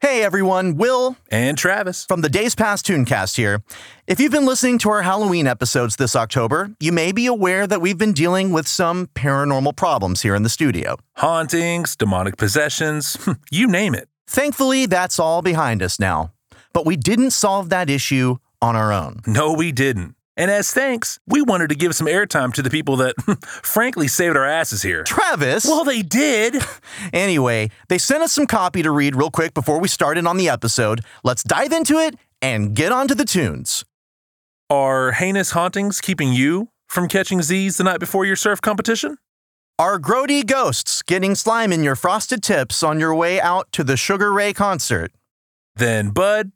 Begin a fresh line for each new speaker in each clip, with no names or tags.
Hey everyone, Will
And Travis.
from the Days Past Tooncast here. If you've been listening to our Halloween episodes this October, you may be aware that we've been dealing with some paranormal problems here in the studio.
Hauntings, demonic possessions, hmm, you name it.
Thankfully, that's all behind us now. But we didn't solve that issue on our own.
No, we didn't. And as thanks, we wanted to give some airtime to the people that, hmm, frankly, saved our asses here.
Travis!
Well, they did.
Anyway, they sent us some copy to read real quick before we started on the episode. Let's dive into it and get onto the tunes.
Are heinous hauntings keeping you from catching Z's the night before your surf competition?
Are grody ghosts getting slime in your frosted tips on your way out to the Sugar Ray concert?
Then, bud,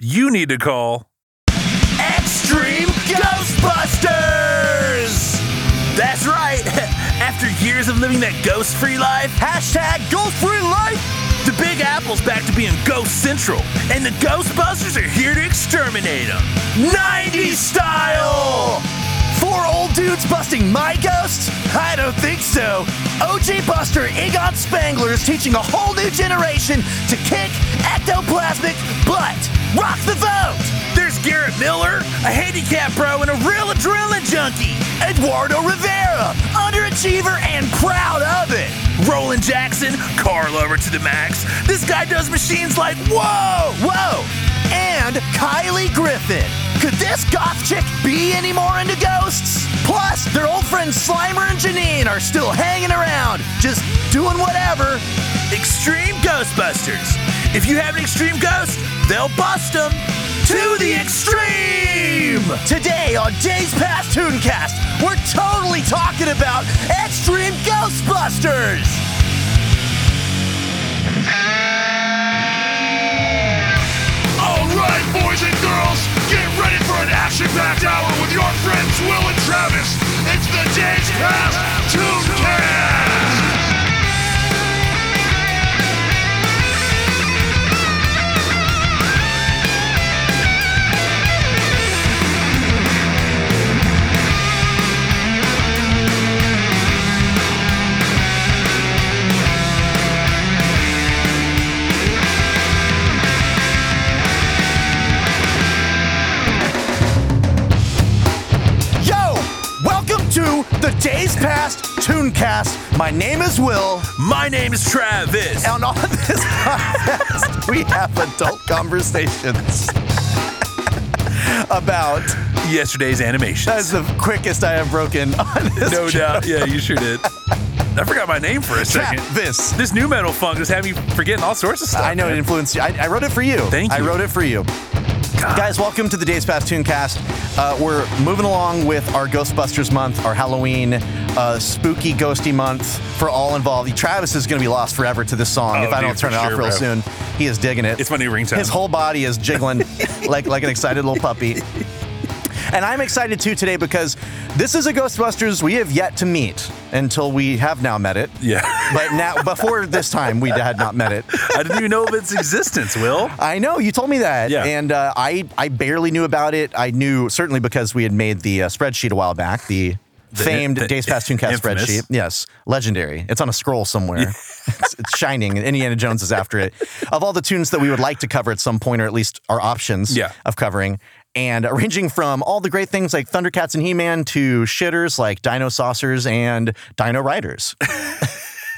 you need to call Extreme Ghostbusters! That's right. After years of living that ghost free life,
Hashtag Ghost Free Life!
The Big Apple's back to being Ghost Central, and the Ghostbusters are here to exterminate them. 90s style!
Four old dudes busting my ghosts? I don't think so. OG Buster Egon Spangler is teaching a whole new generation to kick ectoplasmic butt. Rock the vote!
There's Garrett Miller, a handicap pro, and a real adrenaline junkie.
Eduardo Rivera, underachiever and proud of it.
Roland Jackson, car lover to the max. This guy does machines like whoa!
Whoa! And Kylie Griffin. Could this goth chick be any more into ghosts? Plus, their old friends Slimer and Janine are still hanging around, just doing whatever.
Extreme Ghostbusters. If you have an extreme ghost, they'll bust them to the extreme!
Today on Days Past Tooncast, we're totally talking about Extreme Ghostbusters!
All right, boys and girls, get ready for an action-packed hour with your friends Will and Travis. It's the Days Past Tooncast.
Yo! Welcome to the Days Past Tooncast. My name is Will,
My name is Travis.
and on this podcast, we have adult conversations about.
Yesterday's animation.
That's the quickest I have broken on this.
No
show.
doubt. Yeah, you sure did. I forgot my name for a second.
Travis.
This new metal funk is having me forgetting all sorts of stuff.
I know it
man.
influenced you. I, I wrote it for you.
Thank
I
you.
wrote it for you. Guys, welcome to the Days Past Tooncast. Uh, we're moving along with our Ghostbusters month, our Halloween uh, spooky ghosty month for all involved. Travis is going to be lost forever to this song
Oh,
if I
dude,
don't turn
for
it off
sure,
real
bro.
soon. He is digging it.
It's my new ringtone.
His whole body is jiggling like like an excited little puppy. And I'm excited too today because this is a Ghostbusters we have yet to meet until we have now met it.
Yeah.
But now, before this time, we had not met it.
I didn't even know of its existence, Will.
I know you told me that,
Yeah.
and uh, I I barely knew about it. I knew certainly because we had made the uh, spreadsheet a while back, the, famed
the
Days Past Tooncast
infamous.
spreadsheet. Yes, legendary. It's on a scroll somewhere. it's, it's shining, and Indiana Jones is after it. Of all the tunes that we would like to cover at some point, or at least our options
Yeah.
of covering. And uh, ranging from all the great things like Thundercats and He-Man to shitters like Dino Saucers and Dino Riders.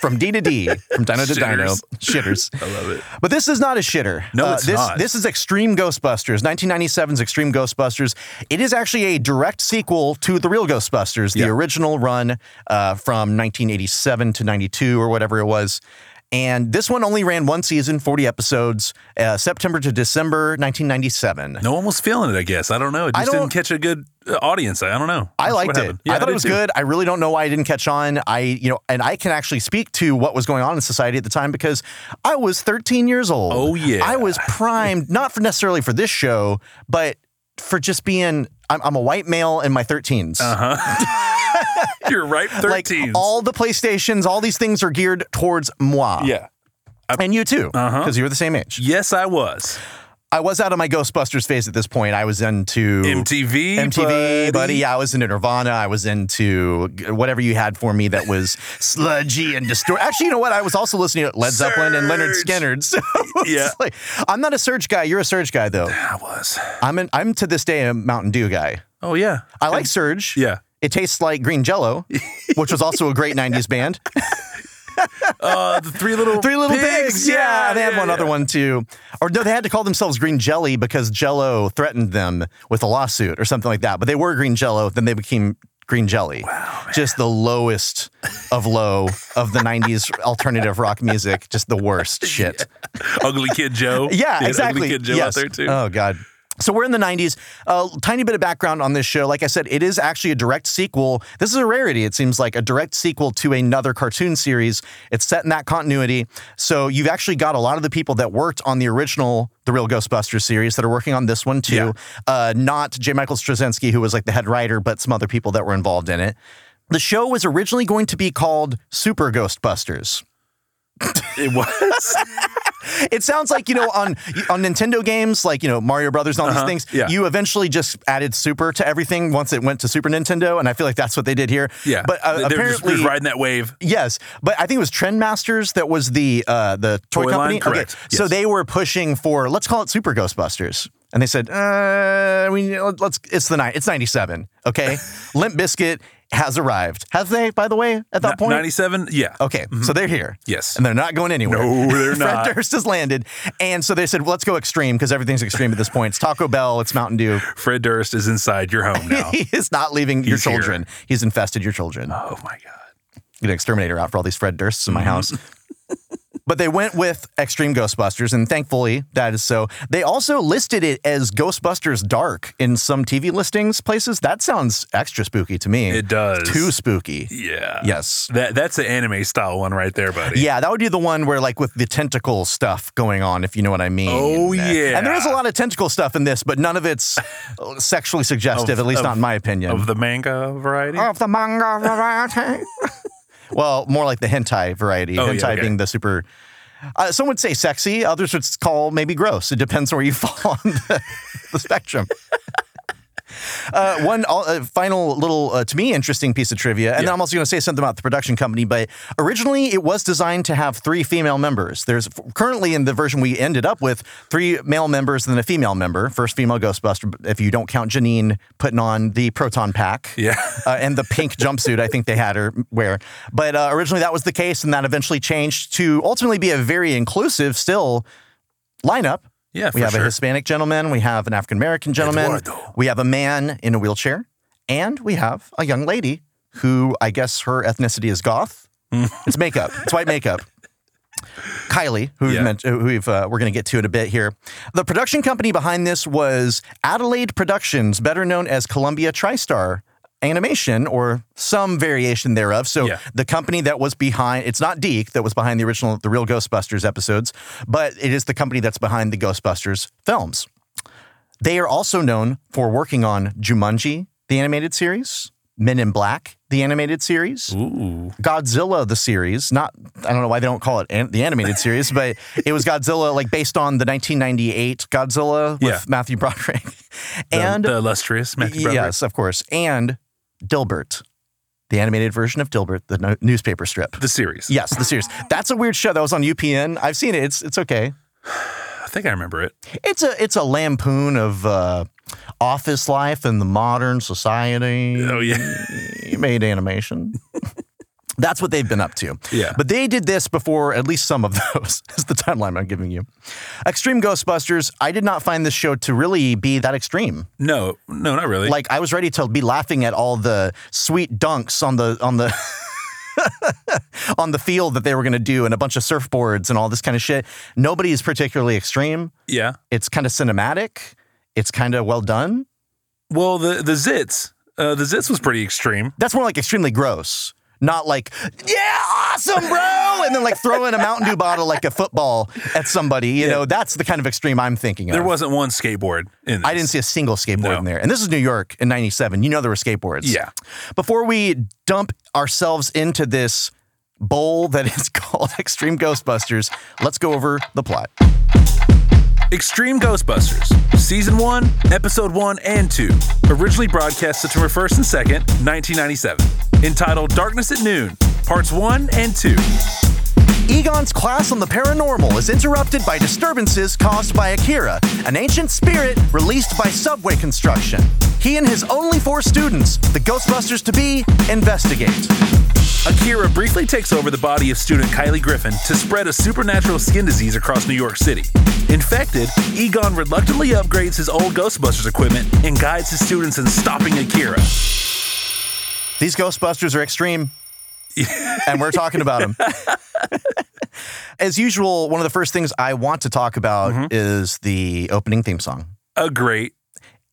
from D to D, from Dino to Dino,
Shitters.
shitters.
I love it.
But this is not a shitter. Uh,
No, it's
this,
not.
This is Extreme Ghostbusters, 1997's Extreme Ghostbusters. It is actually a direct sequel to the real Ghostbusters, the
Yeah.
original run uh, from 1987 to 92 or whatever it was. And this one only ran one season, 40 episodes, uh, September to December 1997.
No one was feeling it, I guess. I don't know. It
I
just
don't-
didn't catch a good uh, audience. I don't know.
I
That's what
liked it.
happened. Yeah,
I thought
did
it was
too.
good. I really don't know why I didn't catch on. I, you know, and I can actually speak to what was going on in society at the time because I was 13 years old.
Oh, yeah.
I was primed not for necessarily for this show, but for just being. I'm, I'm a white male in my 13s.
Uh-huh. You're right. 13.
Like all the PlayStations, all these things are geared towards moi.
yeah. Uh-huh.
and you too, because you were the same age.
Yes, I was.
I was out of my Ghostbusters phase at this point. I was into
MTV,
MTV, buddy.
buddy.
Yeah, I was into Nirvana. I was into g- whatever you had for me that was sludgy and distorted. Actually, you know what? I was also listening to Led Zeppelin and Leonard
Surge.
Skinner. So it's
Yeah.
like- I'm not a Surge guy. You're a Surge guy, though.
I was.
I'm an, I'm to this day a Mountain Dew guy.
Oh yeah.
I like Surge.
Yeah.
It tastes like green jello, which was also a great 90s band.
Uh, the three little
Three Little Pigs. Yeah, they had one
yeah.
other one too. Or no, they had to call themselves Green Jelly because Jello threatened them with a lawsuit or something like that. But they were Green Jello, then they became Green Jelly. Just the lowest of low of the 90s alternative rock music. Just the worst shit.
Ugly Kid Joe. They
Yeah,
had
exactly.
Ugly Kid Joe
yes.
out there too.
Oh god. So we're in the 90s. A tiny bit of background on this show. Like I said, it is actually a direct sequel. This is a rarity. It seems like a direct sequel to another cartoon series. It's set in that continuity. So you've actually got a lot of the people that worked on the original The Real Ghostbusters series that are working on this one too.
Yeah.
Uh, not J. Michael Straczynski, who was like the head writer, but some other people that were involved in it. The show was originally going to be called Super Ghostbusters.
It was.
It sounds like you know on on Nintendo games, like you know Mario Brothers and all
Uh-huh,
these things.
yeah.
You eventually just added Super to everything once it went to Super Nintendo, and I feel like that's what they did here.
Yeah.
but uh,
They- they were just-
apparently.
just riding that wave.
Yes, but I think it was Trendmasters that was the uh, the toy,
Toy line?
company.
Correct,
Okay, so
yes.
they were pushing for let's call it Super Ghostbusters, and they said, uh, "We let's it's the night it's ninety seven, okay." Limp Biscuit has arrived. Have they, by the way, at that point?
Ninety-seven. Yeah.
Okay, so they're here.
Mm-hmm. Yes.
And they're not going anywhere.
No, they're
Fred
not.
Durst has landed. And so they said, well, let's go extreme because everything's extreme at this point. It's Taco Bell, it's Mountain Dew.
Fred Durst is inside your home now.
He is not leaving your
He's here.
children. He's infested your children. Get
oh Mm-hmm. my god.
an exterminator out for all these Fred Dursts in my house. But they went with Extreme Ghostbusters, and thankfully that is so. They also listed it as Ghostbusters Dark in some TV listings places. That sounds extra spooky to me.
It does.
Too spooky.
Yeah.
Yes.
That that's an anime style one right there, buddy.
Yeah, that would be the one where like with the tentacle stuff going on, if you know what I mean.
Oh, yeah.
and there is a lot of tentacle stuff in this, but none of it's uh, sexually suggestive,
Of-
at least
of-
not in my opinion.
Of the manga variety.
Of the manga variety. well, more like the hentai variety.
Oh, yeah,
hentai
okay.
being the super. Uh, some would say sexy, others would call maybe gross. It depends where you fall on the, the spectrum. Uh, one all, uh, final little, uh, to me, interesting piece of trivia, and
Yeah.
then I'm also going to say something about the production company. But originally, it was designed to have three female members. There's currently in the version we ended up with three male members and then a female member. First female Ghostbuster, if you don't count Janine putting on the proton pack,
Yeah.
uh, and the pink jumpsuit I think they had her wear. But uh, originally that was the case, and that eventually changed to ultimately be a very inclusive still lineup.
Yeah,
we
for
have a
sure.
Hispanic gentleman, we have an African American gentleman,
Eduardo.
we have a man in a wheelchair, and we have a young lady who I guess her ethnicity is goth.
Hmm.
it's makeup. It's white makeup. Kylie, who we've
Yeah.
meant, who we've, uh, we're going to get to in a bit here. The production company behind this was Adelaide Productions, better known as Columbia TriStar Animation or some variation thereof. So
Yeah.
the company that was behind, it's not Deke that was behind the original, the real Ghostbusters episodes, but it is the company that's behind the Ghostbusters films. They are also known for working on Jumanji, the animated series, Men in Black, the animated series.
Ooh.
Godzilla the series, not I don't know why they don't call it an, the animated series, but it was Godzilla like based on the 1998 Godzilla with
Yeah.
Matthew Broderick,
The,
and
the illustrious Matthew Broderick.
yes, of course, and Dilbert, the animated version of Dilbert, the no- newspaper strip.
The series.
Yes, the series. That's a weird show that was on UPN. I've seen it. It's it's okay.
I think I remember it.
It's a it's a lampoon of uh, office life in the modern society.
Oh
Mm.
yeah.
You made animation. That's what they've been up to.
Yeah.
But they did this before at least some of those, is the timeline I'm giving you. Extreme Ghostbusters, I did not find this show to really be that extreme.
No, no, not really.
Like I was ready to be laughing at all the sweet dunks on the on the on the field that they were gonna do and a bunch of surfboards and all this kind of shit. Nobody is particularly extreme.
yeah.
It's kind of cinematic. It's kind of well done.
Well, the the zits. Uh, the zits was pretty extreme.
That's more like extremely gross. Not like, yeah, awesome, bro, and then like throwing a Mountain Dew bottle like a football at somebody. You know, that's the kind of extreme I'm thinking of.
There wasn't one skateboard in this.
I didn't see a single skateboard
No.
in there. And this is New York in 97. You know there were skateboards.
Yeah.
Before we dump ourselves into this bowl that is called Extreme Ghostbusters, let's go over the plot.
Extreme Ghostbusters, Season 1, Episode 1 and 2, originally broadcast September 1st and 2nd, 1997. Entitled Darkness at Noon, Parts 1 and 2.
Egon's class on the paranormal is interrupted by disturbances caused by Akira, an ancient spirit released by subway construction. He and his only four students, the Ghostbusters to be, investigate.
Akira briefly takes over the body of student Kylie Griffin to spread a supernatural skin disease across New York City. Infected, Egon reluctantly upgrades his old Ghostbusters equipment and guides his students in stopping Akira.
These Ghostbusters are extreme, and we're talking about them. As usual, one of the first things I want to talk about
Mm-hmm.
is the opening theme song.
A great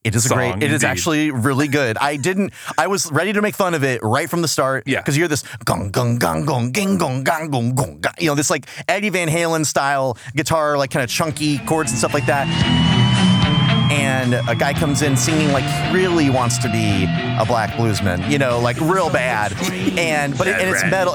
It is a great. It
Song,
is
indeed.
actually really good. I didn't. I was ready to make fun of it right from the start.
Yeah.
Because you hear this gong gong gong gong ging gong gong gong gong. gong, You know this like Eddie Van Halen style guitar, like kind of chunky chords and stuff like that. And a guy comes in singing like he really wants to be a black bluesman, you know, like real bad. And but it, and it's
Right.
metal.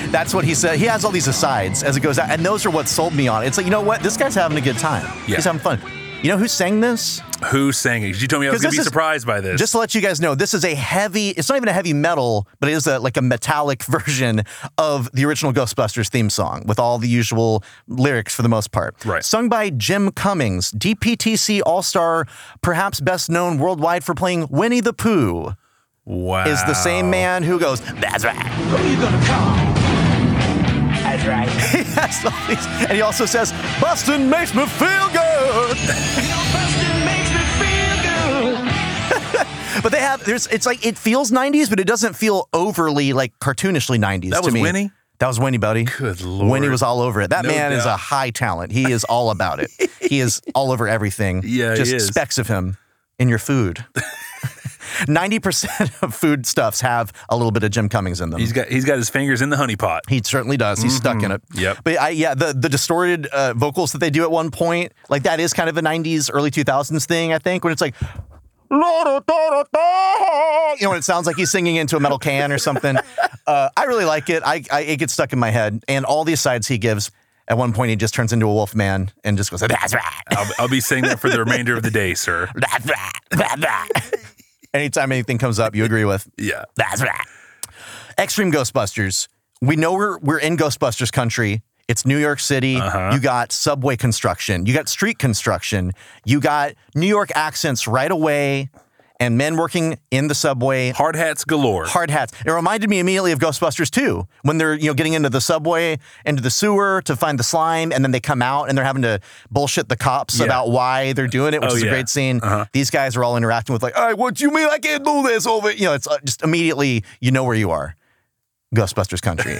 That's what he said. He has all these asides as it goes out, and those are what sold me on it. It's like you know what, this guy's having a good time.
Yeah.
He's having fun. You know who sang this?
Who sang it? You told me I was
'Cause
going
this
to be
is-
surprised by this.
Just to let you guys know, this is a heavy, it's not even a heavy metal, but it is a, like a metallic version of the original Ghostbusters theme song with all the usual lyrics for the most part.
Right.
Sung by Jim Cummings, DPTC All Star, perhaps best known worldwide for playing Winnie the Pooh,
wow.
is the same man who goes, That's right.
Who you gonna call? That's right.
He has all these- and he also says, Bustin' makes me feel good.
makes me feel good.
But they have there's it's like it feels 90s, but it doesn't feel overly like cartoonishly 90s.
That
to
was
me.
Winnie?
That was Winnie, buddy.
Good lord.
Winnie was all over it. That
No
man is
doubt.
a high talent. He is all about it. he is all over everything.
Yeah, he
just
is.
specks of him in your food. Ninety percent of foodstuffs have a little bit of Jim Cummings in them.
He's got he's got his fingers in the honey pot.
He certainly does. He's stuck in it.
Yep.
But I, yeah, the the distorted uh, vocals that they do at one point, like that is kind of a '90s, early 2000s thing, I think, when it's like. "La da da da da," You know, when it sounds like he's singing into a metal can or something. Uh, I really like it. I, I it gets stuck in my head, and all the asides he gives. At one point, he just turns into a wolf man and just goes, "That's right,
I'll, I'll be saying that for the remainder of the day, sir.
that's right, that's right." Anytime anything comes up, you agree with.
Yeah.
That's right. Extreme Ghostbusters. We know we're we're in Ghostbusters country. It's New York City. You got subway construction. You got street construction. You got New York accents right away, and men working in the subway.
Hard hats galore.
Hard hats. It reminded me immediately of Ghostbusters 2 when they're you know getting into the subway, into the sewer to find the slime, and then they come out and they're having to bullshit the cops
Yeah.
about why they're doing it, which
Oh,
is a
yeah.
great scene. These guys are all interacting with like, "All right, what do you mean I can't do this?" Over you know, it's uh, just immediately you know where you are. Ghostbusters country.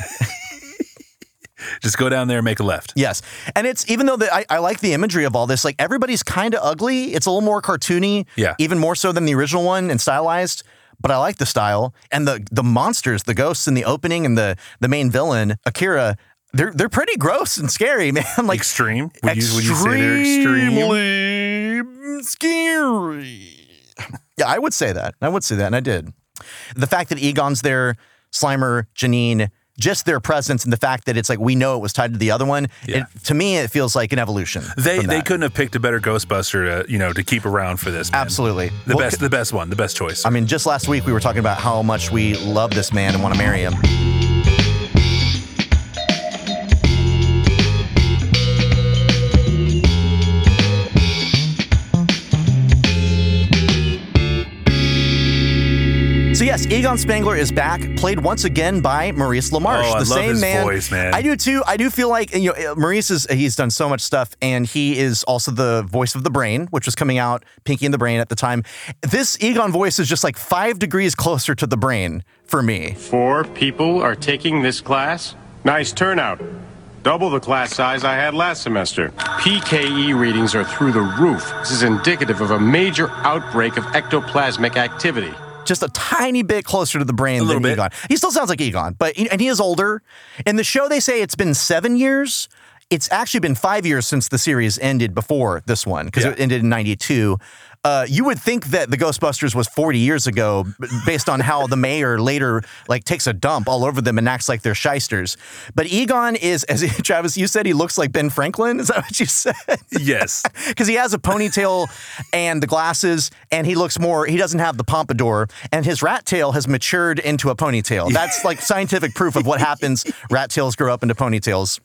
Just go down there and make a left.
Yes. And it's even though the, I, I like the imagery of all this, like everybody's kind of ugly. It's a little more cartoony,
Yeah.
even more so than the original one and stylized. But I like the style and the the monsters, the ghosts in the opening, and the the main villain Akira. They're they're pretty gross and scary, man. Like
Extreme. Would you, would you say they're extreme?
extremely scary. Yeah, I would say that. I would say that, and I did. The fact that Egon's there, Slimer, Janine, just their presence, and the fact that it's like we know it was tied to the other one.
Yeah.
It, to me, it feels like an evolution.
They
from
they
that.
couldn't have picked a better Ghostbuster to you know to keep around for this. man.
absolutely
The
Well,
best the best one the best choice.
I mean, just last week we were talking about how much we love this man and want to marry him. So yes, Egon Spangler is back, played once again by Maurice LaMarche,
Oh, I
the
love
same
his
man.
voice, man.
I do too. I do feel like you know uh, Maurice is he's done so much stuff, and he is also the voice of the Brain, which was coming out Pinky and the Brain at the time. This Egon voice is just like five degrees closer to the Brain for me.
Four people are taking this class? Nice turnout. Double the class size I had last semester. PKE readings are through the roof. This is indicative of a major outbreak of ectoplasmic activity.
just a tiny bit closer to the brain
little
than
bit.
Egon. He still sounds like Egon, but and he is older. In the show, they say it's been seven years. it's actually been five years since the series ended before this one because
Yeah.
it ended in 92. Uh, you would think that the Ghostbusters was 40 years ago b- based on how the mayor later like takes a dump all over them and acts like they're shysters. But Egon is, as Travis, you said he looks like Ben Franklin. Is that what you said?
Yes.
because he has a ponytail and the glasses, and he looks more. He doesn't have the pompadour, and his rat tail has matured into a ponytail. That's like scientific proof of what happens. Rat tails grow up into ponytails.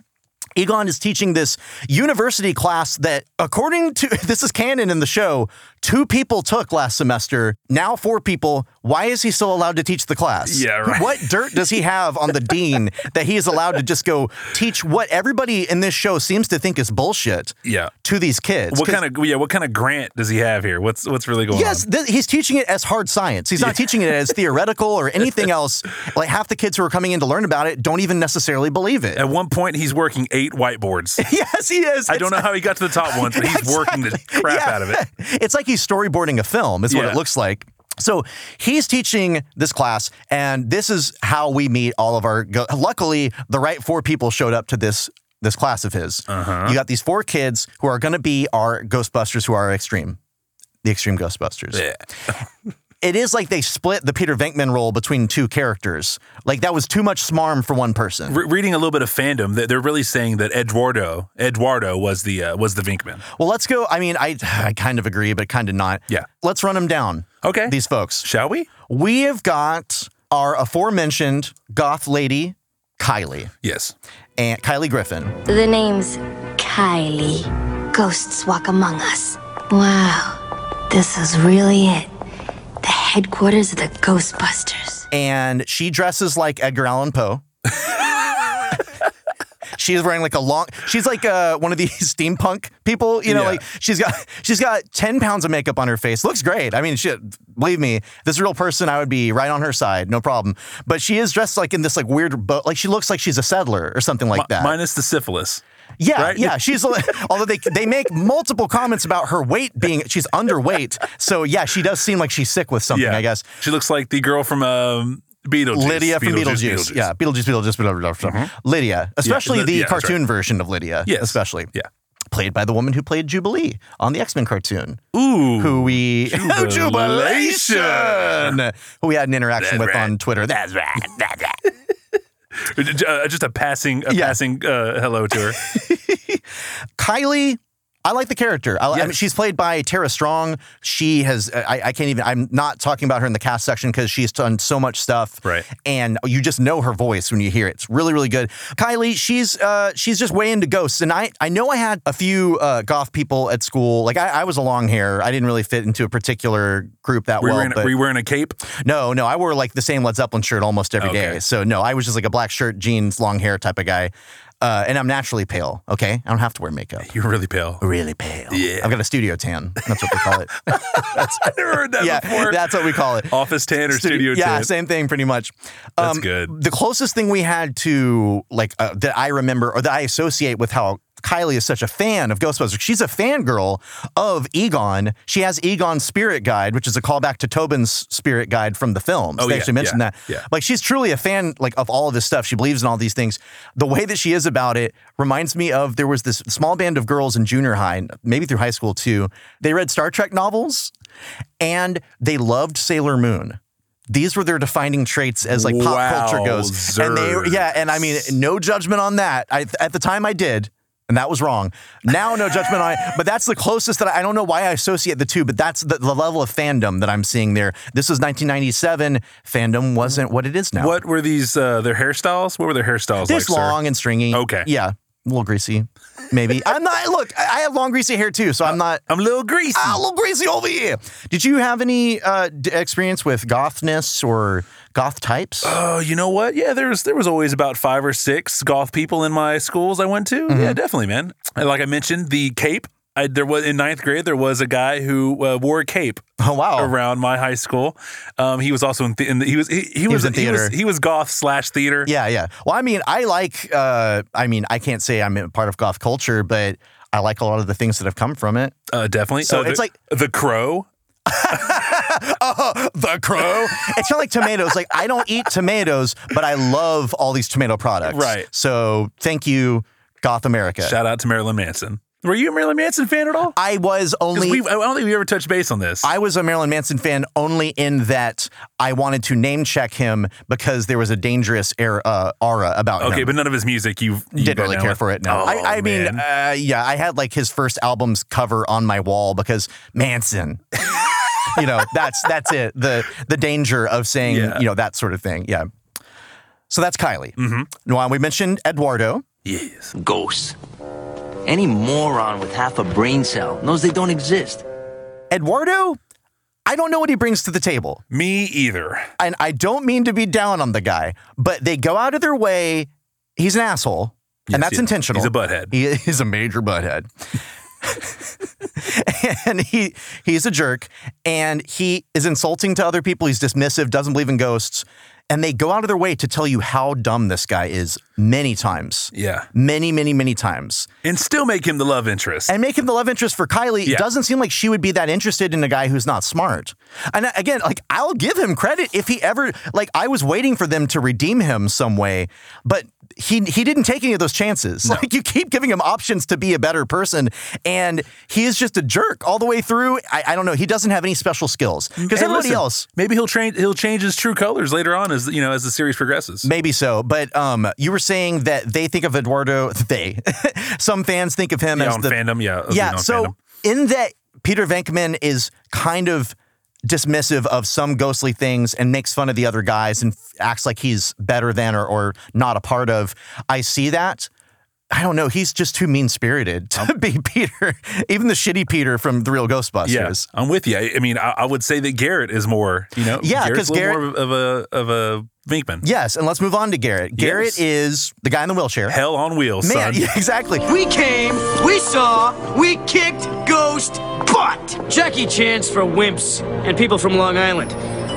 Egon is teaching this university class that, according to this is canon in the show, two people took last semester. Now four people. Why is he still allowed to teach the class?
Yeah, right.
What dirt does he have on the dean that he is allowed to just go teach what everybody in this show seems to think is bullshit?
Yeah.
to these kids.
What
'Cause-
kind of yeah? What kind of grant does he have here? What's what's really going
Yes,
on?
th- he's teaching it as hard science. He's not teaching it as theoretical or anything else. Like half the kids who are coming in to learn about it don't even necessarily believe it.
At one point, he's working eight whiteboards.
Yes, he is.
I don't know how he got to the top ones, but he's working the crap out of it.
It's like he's storyboarding a film, is what
Yeah.
it looks like. So he's teaching this class, and this is how we meet all of our. Go- Luckily, the right four people showed up to this this class of his.
Uh-huh.
You got these four kids who are going to be our Ghostbusters, who are extreme, the extreme Ghostbusters. it is like they split the Peter Venkman role between two characters. Like that was too much smarm for one person.
Re- reading a little bit of fandom, that they're really saying that Eduardo Eduardo was the uh, was the Vinkman.
Well, let's go. I mean, I I kind of agree, but kind of not.
Yeah.
Let's run them down.
Okay.
These folks.
Shall we?
We have got our aforementioned goth lady, Kylie,
Yes.
and Kylie Griffin.
The name's Kylie. Ghosts walk among us. Wow, this is really it. The headquarters of the Ghostbusters.
And she dresses like Edgar Allan Poe. She's wearing like a long. She's like uh, one of these steampunk people, you know.
Yeah.
Like she's got she's got ten pounds of makeup on her face. Looks great. I mean, shit. Believe me, this is a real person, I would be right on her side, no problem. But she is dressed like in this like weird boat. Like she looks like she's a settler or something like
Mi-
that.
minus the syphilis.
Yeah,
right?
yeah. She's although they they make multiple comments about her weight being she's underweight. So yeah, she does seem like she's sick with something. I guess
she looks like the girl from um, Beetlejuice.
Lydia from Beetlejuice. Yeah, Beetlejuice, Beetlejuice, Beetlejuice. Lydia, especially
the-
the
yeah, that's
cartoon version of Lydia.
Yes.
especially.
Yeah.
Played by the woman who played Jubilee on the X Men cartoon,
Ooh.
who we
Jubilation.
Jubilation! who we had an interaction
That's
with
right.
on Twitter. That's right. That's right.
Uh, just a passing, a
Yeah.
passing uh, hello to her.
Kylie. I like the character. I, I mean,
Yes.
she's played by Tara Strong. She has, uh, I, I can't even, I'm not talking about her in the cast section because she's done so much stuff.
Right.
And you just know her voice when you hear it. It's really, really good. Kylie, she's uh, she's just way into ghosts. And I, I know I had a few uh, goth people at school. Like, I, I was a long hair. I didn't really fit into a particular group that
Were you
well.
wearing,
but-
were you wearing a cape?
no, no, I wore like the same Led Zeppelin shirt almost every day.
Okay.
So no, I was just like a black shirt, jeans, long hair type of guy. Uh, and I'm naturally pale. Okay, I don't have to wear makeup.
You're really pale.
Really pale.
Yeah.
I've got a studio tan. That's what we call it.
I never heard that
yeah,
before.
that's what we call it.
Office tan or studio,
yeah,
tan.
same thing, pretty much. Um,
That's good.
The closest thing we had to like uh, that I remember or that I associate with how Kylie is such a fan of Ghostbusters. She's a fangirl of Egon. She has Egon's spirit guide, which is a callback to Tobin's spirit guide from the films.
Oh,
they
yeah,
actually mentioned
yeah,
that.
yeah.
Like she's truly a fan like of all of this stuff. She believes in all these things. The way that she is about it reminds me of there was this small band of girls in junior high, maybe through high school too. They read Star Trek novels and they loved Sailor Moon. These were their defining traits as like pop culture goes. And they, yeah, and I mean, no judgment on that. I, at the time, I did, and that was wrong. Now, no judgment on it. But that's the closest that I, I don't know why I associate the two, but that's the, the level of fandom that I'm seeing there. This was 1997. Fandom wasn't what it is now.
What were these? Uh, their hairstyles? What were their hairstyles
This
like? sir?
long and stringy.
Okay.
Yeah, a little greasy, maybe. I'm not. Look, I I have long greasy hair too, so I'm not.
I'm a little greasy.
Ah, a little greasy over here. Did you have any uh, d- experience with gothness or goth types?
Oh, you know what? Yeah, there was there was always about five or six goth people in my schools I went to.
Mm-hmm.
Yeah, definitely, man. And like I mentioned, the cape. I, there was in ninth grade. There was a guy who uh, wore a cape
oh wow.
around my high school. Um, he was also in, the in the, he was he, he,
was
was,
in
he was
theater.
he was goth slash theater.
Yeah, yeah. Well, I mean, I like. Uh, I mean, I can't say I'm a part of goth culture, but I like a lot of the things that have come from it.
uh, definitely.
So
Uh,
it's
the-
like- Oh,
the crow.
The crow. it's kind of like tomatoes. Like I don't eat tomatoes, but I love all these tomato products.
Right.
So thank you. Goth America.
Shout out to Marilyn Manson. Were you a Marilyn Manson fan at all?
I was
Because
only
we, I don't think we ever touched base on this.
I was a Marilyn Manson fan only in that I wanted to name check him because there was a dangerous era, uh, aura about him.
okay, but none of his music you, you
didn't
go
really
down
care
with.
for it. No,
Oh,
I, I mean,
man.
uh, yeah, I had like his first album's cover on my wall because Manson. you know, that's that's it. The the danger of saying
Yeah.
you know that sort of thing. Yeah. So that's Kylie. Mm-hmm. Now we mentioned Eduardo.
yes.
Ghosts. Any moron with half a brain cell knows they don't exist.
Eduardo, I don't know what he brings to the table,
Me either.
and I don't mean to be down on the guy, but they go out of their way. He's an asshole,
Yes,
and that's
he is.
intentional.
He's a butthead.
He is a major butthead. and he he's a jerk and he is insulting to other people. He's dismissive, doesn't believe in ghosts. And they go out of their way to tell you how dumb this guy is many times.
Yeah.
Many, many, many times.
And still make him the love interest.
And make him the love interest for Kylie.
Yeah.
It doesn't seem like she would be that interested in a guy who's not smart. And I- again, like I'll give him credit if he ever like I was waiting for them to redeem him some way, but he he didn't take any of those chances. Like you keep giving him options to be a better person, and he is just a jerk all the way through. I, I don't know. He doesn't have any special skills because
Hey,
everybody
Mm, listen,
else
maybe he'll train. He'll change his true colors later on as you know as the series progresses.
Maybe so, but um, you were saying that they think of Eduardo. They, some fans think of him
Yeah,
as
on
the
fandom, yeah, as
yeah.
being on
So
fandom.
in that Peter Venkman is kind of dismissive of some ghostly things and makes fun of the other guys and f- acts like he's better than or, or not a part of. I see that. I don't know. He's just too mean spirited to
Um,
be Peter, even the shitty Peter from the real Ghostbusters.
yeah, I'm with you. I, I mean, I, I would say that Garrett is more, you know,
Yeah, 'cause
Garrett's a little
Garrett-
more of a of a Vinkman.
Yes, and let's move on to Garrett. Garrett
Yes.
is the guy in the wheelchair.
Hell on wheels,
Man,
son.
yeah, exactly.
We came, we saw, we kicked ghost butt. Jackie Chan's for wimps and people from Long Island.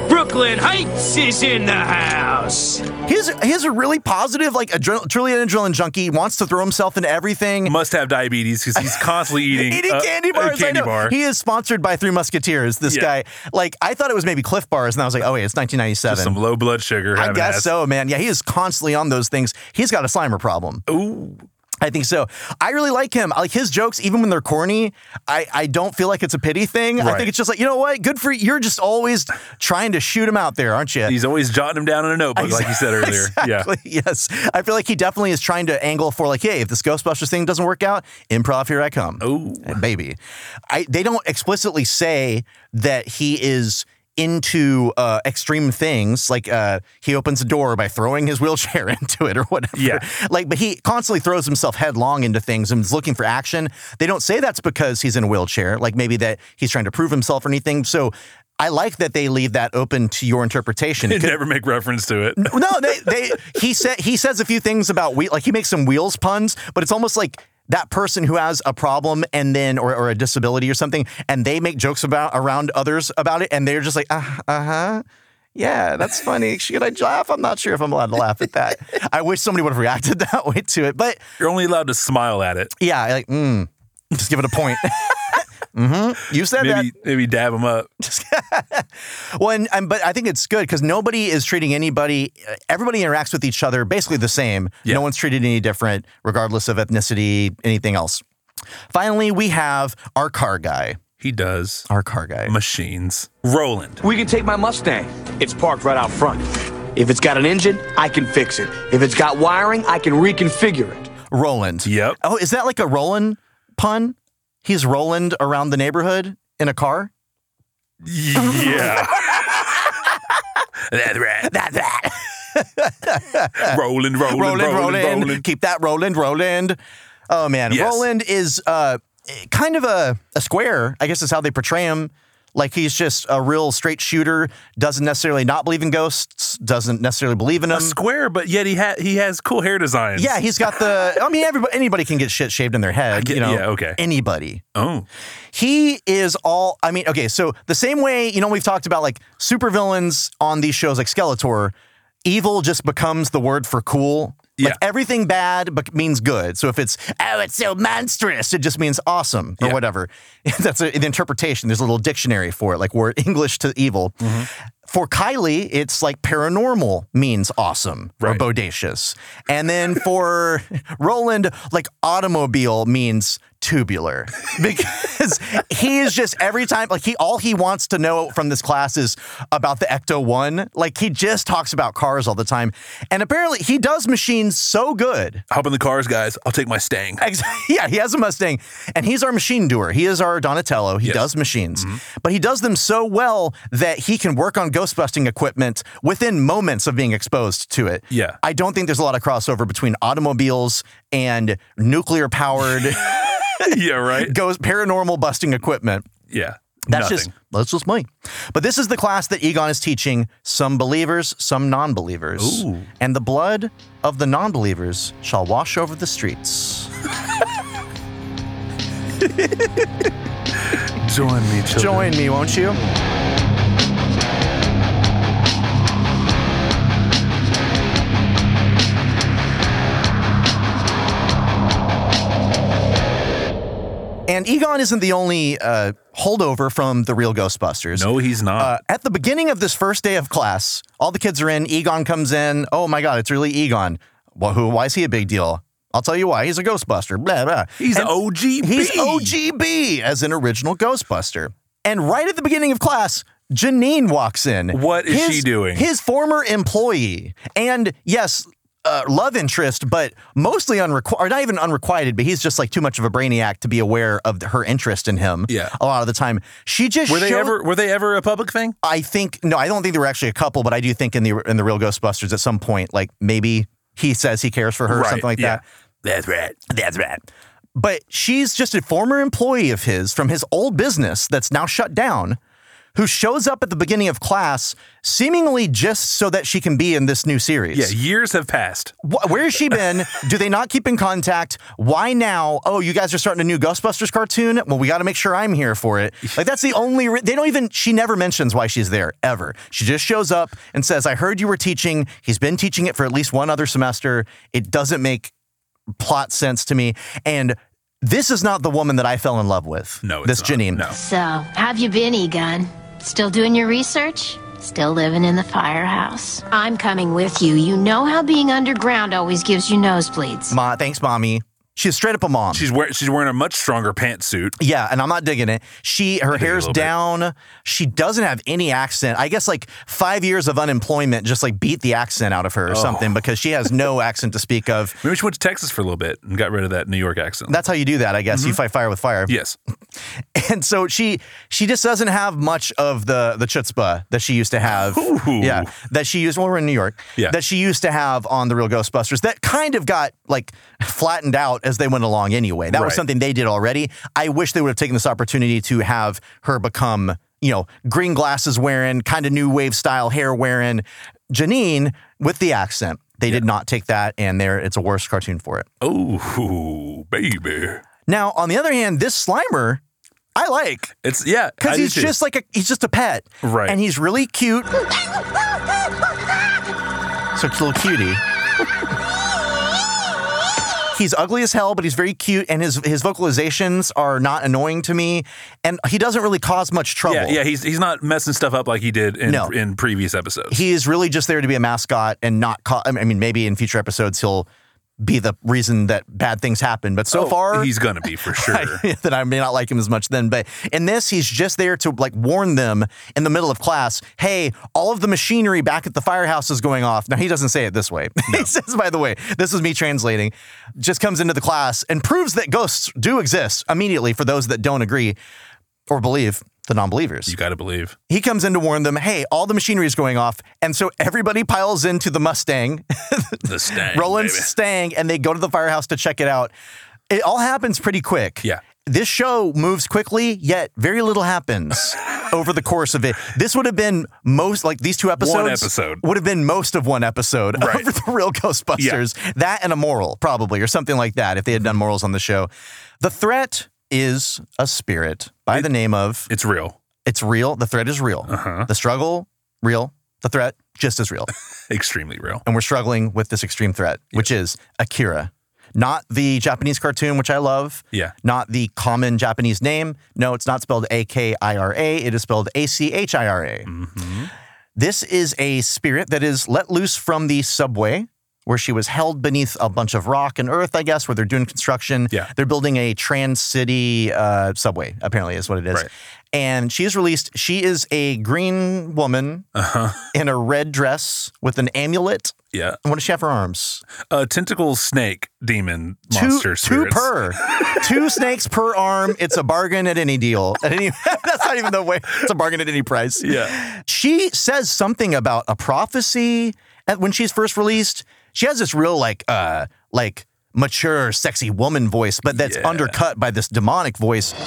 Brooklyn Heights is in the house.
He's he's a really positive, like adrenal, truly an adrenaline junkie. Wants to throw himself into everything.
Must have diabetes because he's constantly eating
Eating
a-
candy
a
bars. I
candy
know.
bar.
He is sponsored by Three Musketeers. This
Yeah.
guy, like, I thought it was maybe Cliff Bars, and I was like, oh wait, it's
Just some
1997.
low blood sugar.
I
having
guess
ass.
so, man. Yeah, he is constantly on those things. He's got a Slimer problem.
Ooh,
I think so. I really like him. I like his jokes, even when they're corny. I, I don't feel like it's a pity thing. I
Right.
think it's just like, you know what? Good for you. You're just always trying to shoot him out there, aren't you?
he's always jotting him down in a notebook, like you said earlier. Yeah.
Exactly. Yes. I feel like he definitely is trying to angle for like, hey, if this Ghostbusters thing doesn't work out, improv here I come.
Ooh.
And baby. I they don't explicitly say that he is into uh, extreme things like uh, he opens a door by throwing his wheelchair into it or whatever
Yeah.
like but he constantly throws himself headlong into things and is looking for action they don't say that's because he's in a wheelchair like maybe that he's trying to prove himself or anything so i like that they leave that open to your interpretation It
They
could-
never make reference to it.
no, they, they he said he says a few things about wheel like he makes some wheels puns, but it's almost like that person who has a problem and then or, or a disability or something, and they make jokes about around others about it, and they're just like, uh huh. Yeah, that's funny. Should I laugh? I'm not sure if I'm allowed to laugh at that. I wish somebody would have reacted that way to it. But
You're only allowed to smile at it.
yeah, like, mm, just give it a point. hmm You said that.
Maybe maybe dab him up.
Well, and, and- but I think it's good because nobody is treating anybody. uh, Everybody interacts with each other basically the same.
Yeah.
No one's treated any different, regardless of ethnicity, anything else. Finally, we have our car guy.
He does.
Our car guy.
Machines. Roland.
We can take my Mustang. It's parked right out front. If it's got an engine, I can fix it. If it's got wiring, I can reconfigure it.
Roland.
Yep.
Oh, is that like a Roland pun? He's Roland around the neighborhood in a car?
Yeah. That's right. That's that. rolling, rolling, rolling,
Roland,
rolling,
Roland, Keep that Roland, Roland. Oh man,
Yes.
Roland is uh, kind of a, a square. I guess is how they portray him. Like he's just a real straight shooter. Doesn't necessarily not believe in ghosts. Doesn't necessarily believe in them.
A square, but yet he ha- he has cool hair designs.
yeah, he's got the. I mean, everybody, anybody can get shit shaved in their head.
get-
you know,
yeah, okay.
Anybody.
Oh,
He is all. I mean, okay. So the same way you know we've talked about like supervillains on these shows like Skeletor, evil just becomes the word for cool. Like
Yeah.
everything bad bec- means good. So if it's oh it's so monstrous, it just means awesome or
Yeah. Mm-hmm.
whatever. That's a, the interpretation. There's a little dictionary for it, like word English to evil. For Kylie, it's like paranormal means awesome
Right.
or bodacious. And then for Roland, like automobile means tubular because he is just every time like he all he wants to know from this class is about the Ecto 1 like he just talks about cars all the time and apparently he does machines so good
Hop in the cars, guys. I'll take my Stang.
Ex- yeah, he has a Mustang, and he's our machine doer. He is our Donatello. He
Yes. Mm-hmm.
does machines, but he does them so well that he can work on ghost busting equipment within moments of being exposed to it.
Yeah.
I don't think there's a lot of crossover between automobiles and nuclear powered
yeah, right?
ghost paranormal busting equipment.
Yeah.
That's
Nothing.
just that's just me. But this is the class that Egon is teaching some believers, some non-believers.
Ooh.
And the blood of the non-believers shall wash over the streets.
Join me, children.
Join me, won't you? And Egon isn't the only uh, holdover from the real Ghostbusters.
No, he's not.
Uh, at the beginning of this first day of class, all the kids are in. Egon comes in. Oh my God, it's really Egon. Well, who? Why is he a big deal? I'll tell you why. He's a Ghostbuster. Blah blah.
he's
And-
OGB.
He's OGB as an original Ghostbuster. And right at the beginning of class, Janine walks in.
What is she doing?
His former employee. And yes, uh, love interest, but mostly unrequited, not even unrequited, but he's just like too much of a brainiac to be aware of the- her interest in him.
Yeah.
A lot of the time. She just
Were they
showed-
ever were they ever a public thing?
I think no, I don't think they were actually a couple, but I do think in the in the real Ghostbusters at some point, like maybe he says he cares for her or something like
yeah.
that.
That's right.
That's right. But she's just a former employee of his from his old business that's now shut down, who shows up at the beginning of class, seemingly just so that she can be in this new series.
Yeah, years have passed.
Wh- Where has she been? Do they not keep in contact? Why now? Oh, you guys are starting a new Ghostbusters cartoon? Well, we got to make sure I'm here for it. Like, that's the only, re- they don't even, she never mentions why she's there ever. She just shows up and says, I heard you were teaching. He's been teaching it for at least one other semester. It doesn't make plot sense to me. And this is not the woman that I fell in love with.
No,
This
it's not.
Janine.
No.
So, how've you been, Egon? Still doing your research? Still living in the firehouse? I'm coming with you. You know how being underground always gives you nosebleeds.
Ma, thanks, mommy. She's straight up a mom.
She's wearing she's wearing a much stronger pantsuit.
Yeah, and I'm not digging it. She her
dig it a
hair's
little bit.
down. She doesn't have any accent. I guess like five years of unemployment just like beat the accent out of her or
Oh.
something because she has no accent to speak of.
Maybe she went to Texas for a little bit and got rid of that New York accent.
That's how you do that, I guess.
Mm-hmm.
You fight fire with fire.
yes.
And so she she just doesn't have much of the the chutzpah that she used to have. Yeah. That she used when we are in New York.
Yeah.
That she used to have on the real Ghostbusters that kind of got like flattened out as they went along anyway. That was
Right.
something they did already. I wish they would have taken this opportunity to have her become, you know, green glasses wearing, kind of new wave style hair wearing Janine with the accent. They did not take that, and there it's a worse cartoon for it.
Oh, baby.
Now, on the other hand, this Slimer, I like.
It's yeah. I
Because
do
he's
too.
just like a he's just a pet.
Right.
And he's really cute. So it's a little cutie. He's ugly as hell, but he's very cute, and his his vocalizations are not annoying to me. And he doesn't really cause much trouble.
yeah, yeah, he's he's not messing stuff up like he did in
No.
in previous episodes.
He is really just there to be a mascot and not. Co- I mean, maybe in future episodes he'll be the reason that bad things happen. But so
Oh,
far,
he's gonna be for sure.
that I may not like him as much then. But in this, he's just there to like warn them in the middle of class. Hey, all of the machinery back at the firehouse is going off. Now he doesn't say it this way. he says, by the way, this is me translating. Just comes into the class and proves that ghosts do exist immediately for those that don't agree or believe the non-believers
you gotta believe.
he comes in to warn them hey all the machinery is going off and so everybody piles into the mustang
The stang.
Roland's
baby.
Stang, and they go to the firehouse to check it out. It all happens pretty quick.
Yeah.
This show moves quickly, yet very little happens over the course of it. This would have been most like these two episodes.
episode.
would have been most of one episode
Right.
over the real Ghostbusters. That and a moral, probably, or something like that. If they had done morals on the show, the threat is a spirit by the name of.
It's real.
It's real. The threat is real.
Uh-huh.
The struggle, real. The threat, just as real
Extremely real.
and we're struggling with this extreme threat, which is Akira. Not the Japanese cartoon, which I love.
Yeah.
Not the common Japanese
Mm-hmm.
name. No, it's not spelled A K I R A. It is spelled A C H I R A. This is a spirit that is let loose from the subway where she was held beneath a bunch of rock and earth, I guess, where they're doing construction.
Yeah.
They're building a trans city uh, subway, apparently, is what it is.
Right.
And she is released. She is a green woman
Uh-huh.
in a red dress with an amulet.
Yeah.
And What does she have for arms?
A tentacle snake demon monster
two, two
spirits.
per. two snakes per arm. It's a bargain at any deal. At any, that's not even the way. It's a bargain at any price.
Yeah.
she says something about a prophecy at, when she's first released. She has this real like uh like mature, sexy woman voice, but that's
Yeah.
undercut by this demonic voice.
The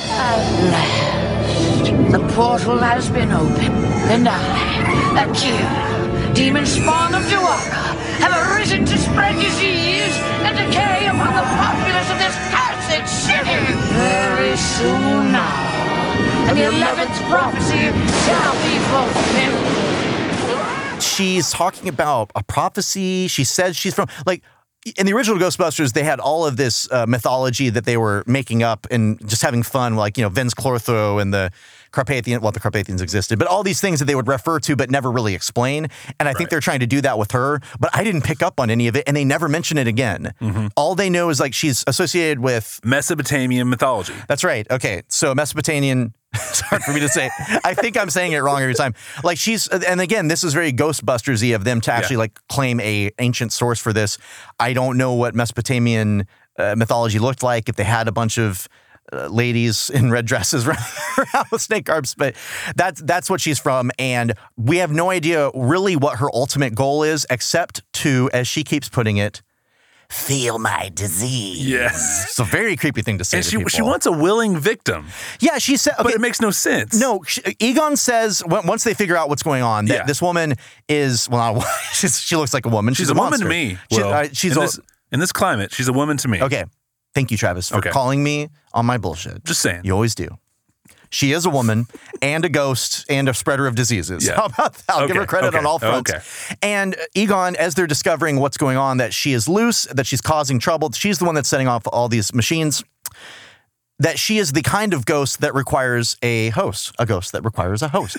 portal has been opened, and I, Akira, demon spawn of Duaka, have arisen to spread disease and decay among the populace of this cursed city. Very soon now, and the eleventh prophecy shall be fulfilled.
She's talking about a prophecy. She says she's from like in the original Ghostbusters, they had all of this uh, mythology that they were making up and just having fun, like you know Vince Clortho and the Carpathian. Well, the Carpathians existed, but all these things that they would refer to but never really explain. And I think they're trying to do that with her, but I didn't pick up on any of it, and they never mention it again. All they know is like she's associated with
Mesopotamian mythology.
that's right. Okay. So Mesopotamian. It's hard for me to say. I think I'm saying it wrong every time. Like she's, and again, this is very Ghostbusters-y of them to actually
Yeah.
like claim a ancient source for this. I don't know what Mesopotamian uh, mythology looked like if they had a bunch of uh, ladies in red dresses running around with snake arms, but that's that's what she's from, and we have no idea really what her ultimate goal is, except to, as she keeps putting it, feel my disease.
Yes.
It's a very creepy thing to say.
And
to
she, she
people.
wants a willing victim,
Yeah, she said.
but
Okay,
it makes no sense.
no, sh- Egon says on- once they figure out what's going on, that
Yeah.
this woman is well, not, she's, she looks like a woman.
she's,
She's,
a, woman to
monster.
me.
She-
Will.
uh, she's
in,
a-
this, in this climate, she's a woman to me.
okay. Thank you, Travis, for
Okay.
calling me on my bullshit.
Just saying.
you always do. She is a woman and a ghost and a spreader of diseases.
Yeah.
How about that? I'll give
Okay,
her credit
okay,
on all fronts.
okay.
And Egon, as they're discovering what's going on, that she is loose, that she's causing trouble, she's the one that's setting off all these machines. That she is the kind of ghost that requires a host, a ghost that requires a host.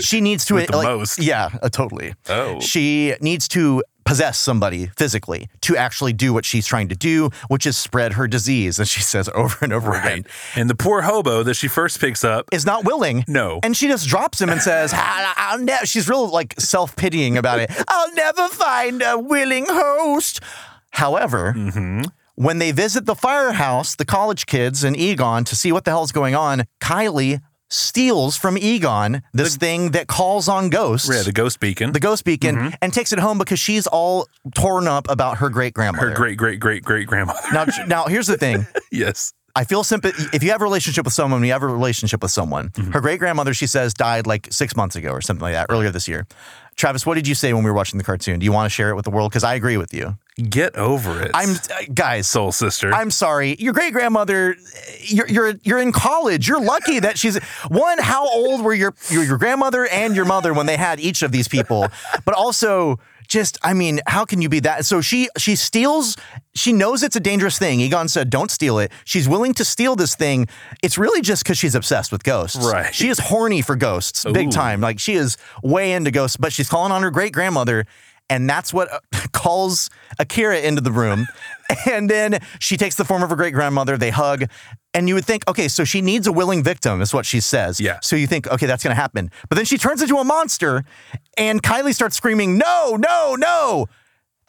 she needs to
With the
like,
most.
yeah, uh, totally.
Oh.
She needs to possess somebody physically to actually do what she's trying to do, which is spread her disease, as she says over and over again.
Right. And the poor hobo that she first picks up.
Is not willing.
No.
And she just drops him and says, "I'll, I'll ne-" She's real like self pitying about it. I'll never find a willing host. However,
Mm-hmm.
when they visit the firehouse, the college kids and Egon to see what the hell's going on, Kylie steals from Egon this thing that calls on ghosts
yeah, the ghost beacon.
the ghost beacon and takes it home because she's all torn up about her great grandmother.
her great, great, great, great grandmother.
now, now here's the thing.
yes.
I feel sympathy. If you have a relationship with someone, you have a relationship with someone. Her great grandmother, she says, died like six months ago or something like that, earlier this year. Travis, what did you say when we were watching the cartoon? Do you want to share it with the world? Because I agree with you.
Get over it.
I'm, uh, guys,
soul sister.
I'm sorry. Your great grandmother, you're, you're you're in college. You're lucky that she's one. How old were your, your your grandmother and your mother when they had each of these people? But also, just I mean, how can you be that? So she she steals. She knows it's a dangerous thing. Egon said, "Don't steal it." She's willing to steal this thing. It's really just because she's obsessed with ghosts.
Right.
She is horny for ghosts, big
Ooh.
time. Like she is way into ghosts, but she's calling on her great grandmother, and that's what uh, calls Akira into the room. and then she takes the form of her great grandmother. They hug, and you would think, okay, so she needs a willing victim, is what she says.
Yeah.
So you think, okay, that's going to happen. But then she turns into a monster, and Kylie starts screaming, "No, no, no!"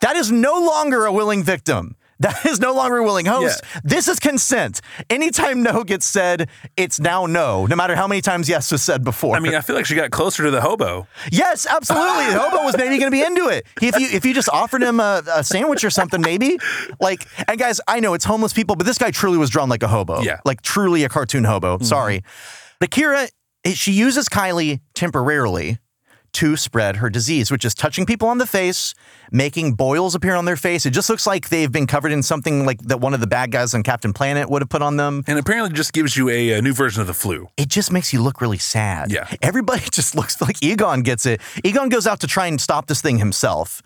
That is no longer a willing victim. That is no longer a willing host. This is consent. Anytime no gets said, it's now no, no matter how many times yes was said before.
I mean, I feel like she got closer to the hobo.
yes, absolutely. The Hobo was maybe going to be into it. He- If you if you just offered him a, a sandwich or something, maybe. Like, and guys, I know it's homeless people, but this guy truly was drawn like a hobo.
Yeah. Mm-hmm.
Like, truly a cartoon hobo. Sorry. But Akira, eh, she uses Kylie temporarily to spread her disease, which is touching people on the face, making boils appear on their face. It just looks like they've been covered in something like that one of the bad guys on Captain Planet would have put on them.
And apparently just gives you a, a new version of the flu.
It just makes you look really sad.
Yeah.
Everybody just looks like Egon gets it. Egon goes out to try and stop this thing himself.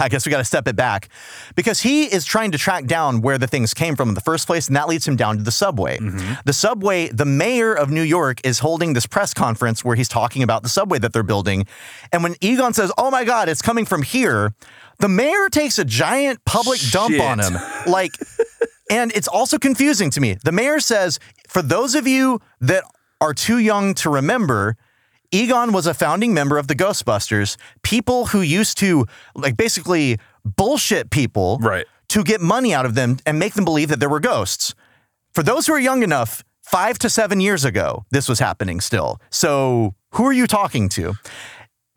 I guess we got to step it back because he is trying to track down where the things came from in the first place, and that leads him down to the subway.
Mm-hmm.
The subway, the mayor of New York is holding this press conference where he's talking about the subway that they're building. And when Egon says, Oh my God, it's coming from here, the mayor takes a giant public dump
Shit.
on him. Like, and it's also confusing to me. The mayor says, For those of you that are too young to remember, Egon was a founding member of the Ghostbusters, people who used to like basically bullshit people
Right.
to get money out of them and make them believe that there were ghosts. For those who are young enough, 5 to 7 years ago, this was happening still. So, who are you talking to?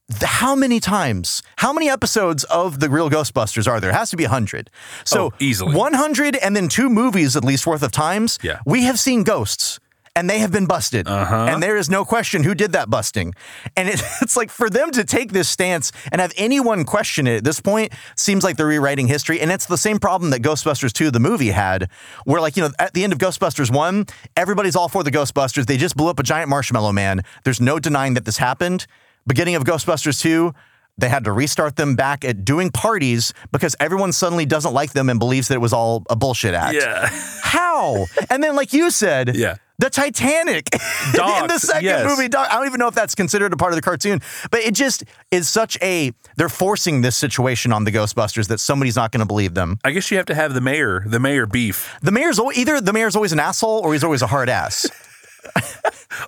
Th- How many times, how many episodes of the real Ghostbusters are there? It has to be 100. So,
Oh, easily.
100 and then two movies at least worth of times,
Yeah.
we have seen ghosts and they have been busted. And there is no question who did that busting. And it, it's like for them to take this stance and have anyone question it at this point seems like they're rewriting history. And it's the same problem that Ghostbusters 2, the movie, had, where, like, you know, at the end of Ghostbusters 1, everybody's all for the Ghostbusters. They just blew up a giant marshmallow man. There's no denying that this happened. Beginning of Ghostbusters 2, they had to restart them back at doing parties because everyone suddenly doesn't like them and believes that it was all a bullshit act.
Yeah.
How? And then, like you said,
Yeah.
the Titanic in the
Docked,
second
yes.
movie. dock- I don't even know if that's considered a part of the cartoon, but it just is such a they're forcing this situation on the Ghostbusters that somebody's not going to believe them.
I guess you have to have the mayor, the mayor beef,
The mayor's al- either the mayor's always an asshole or he's always a hard ass.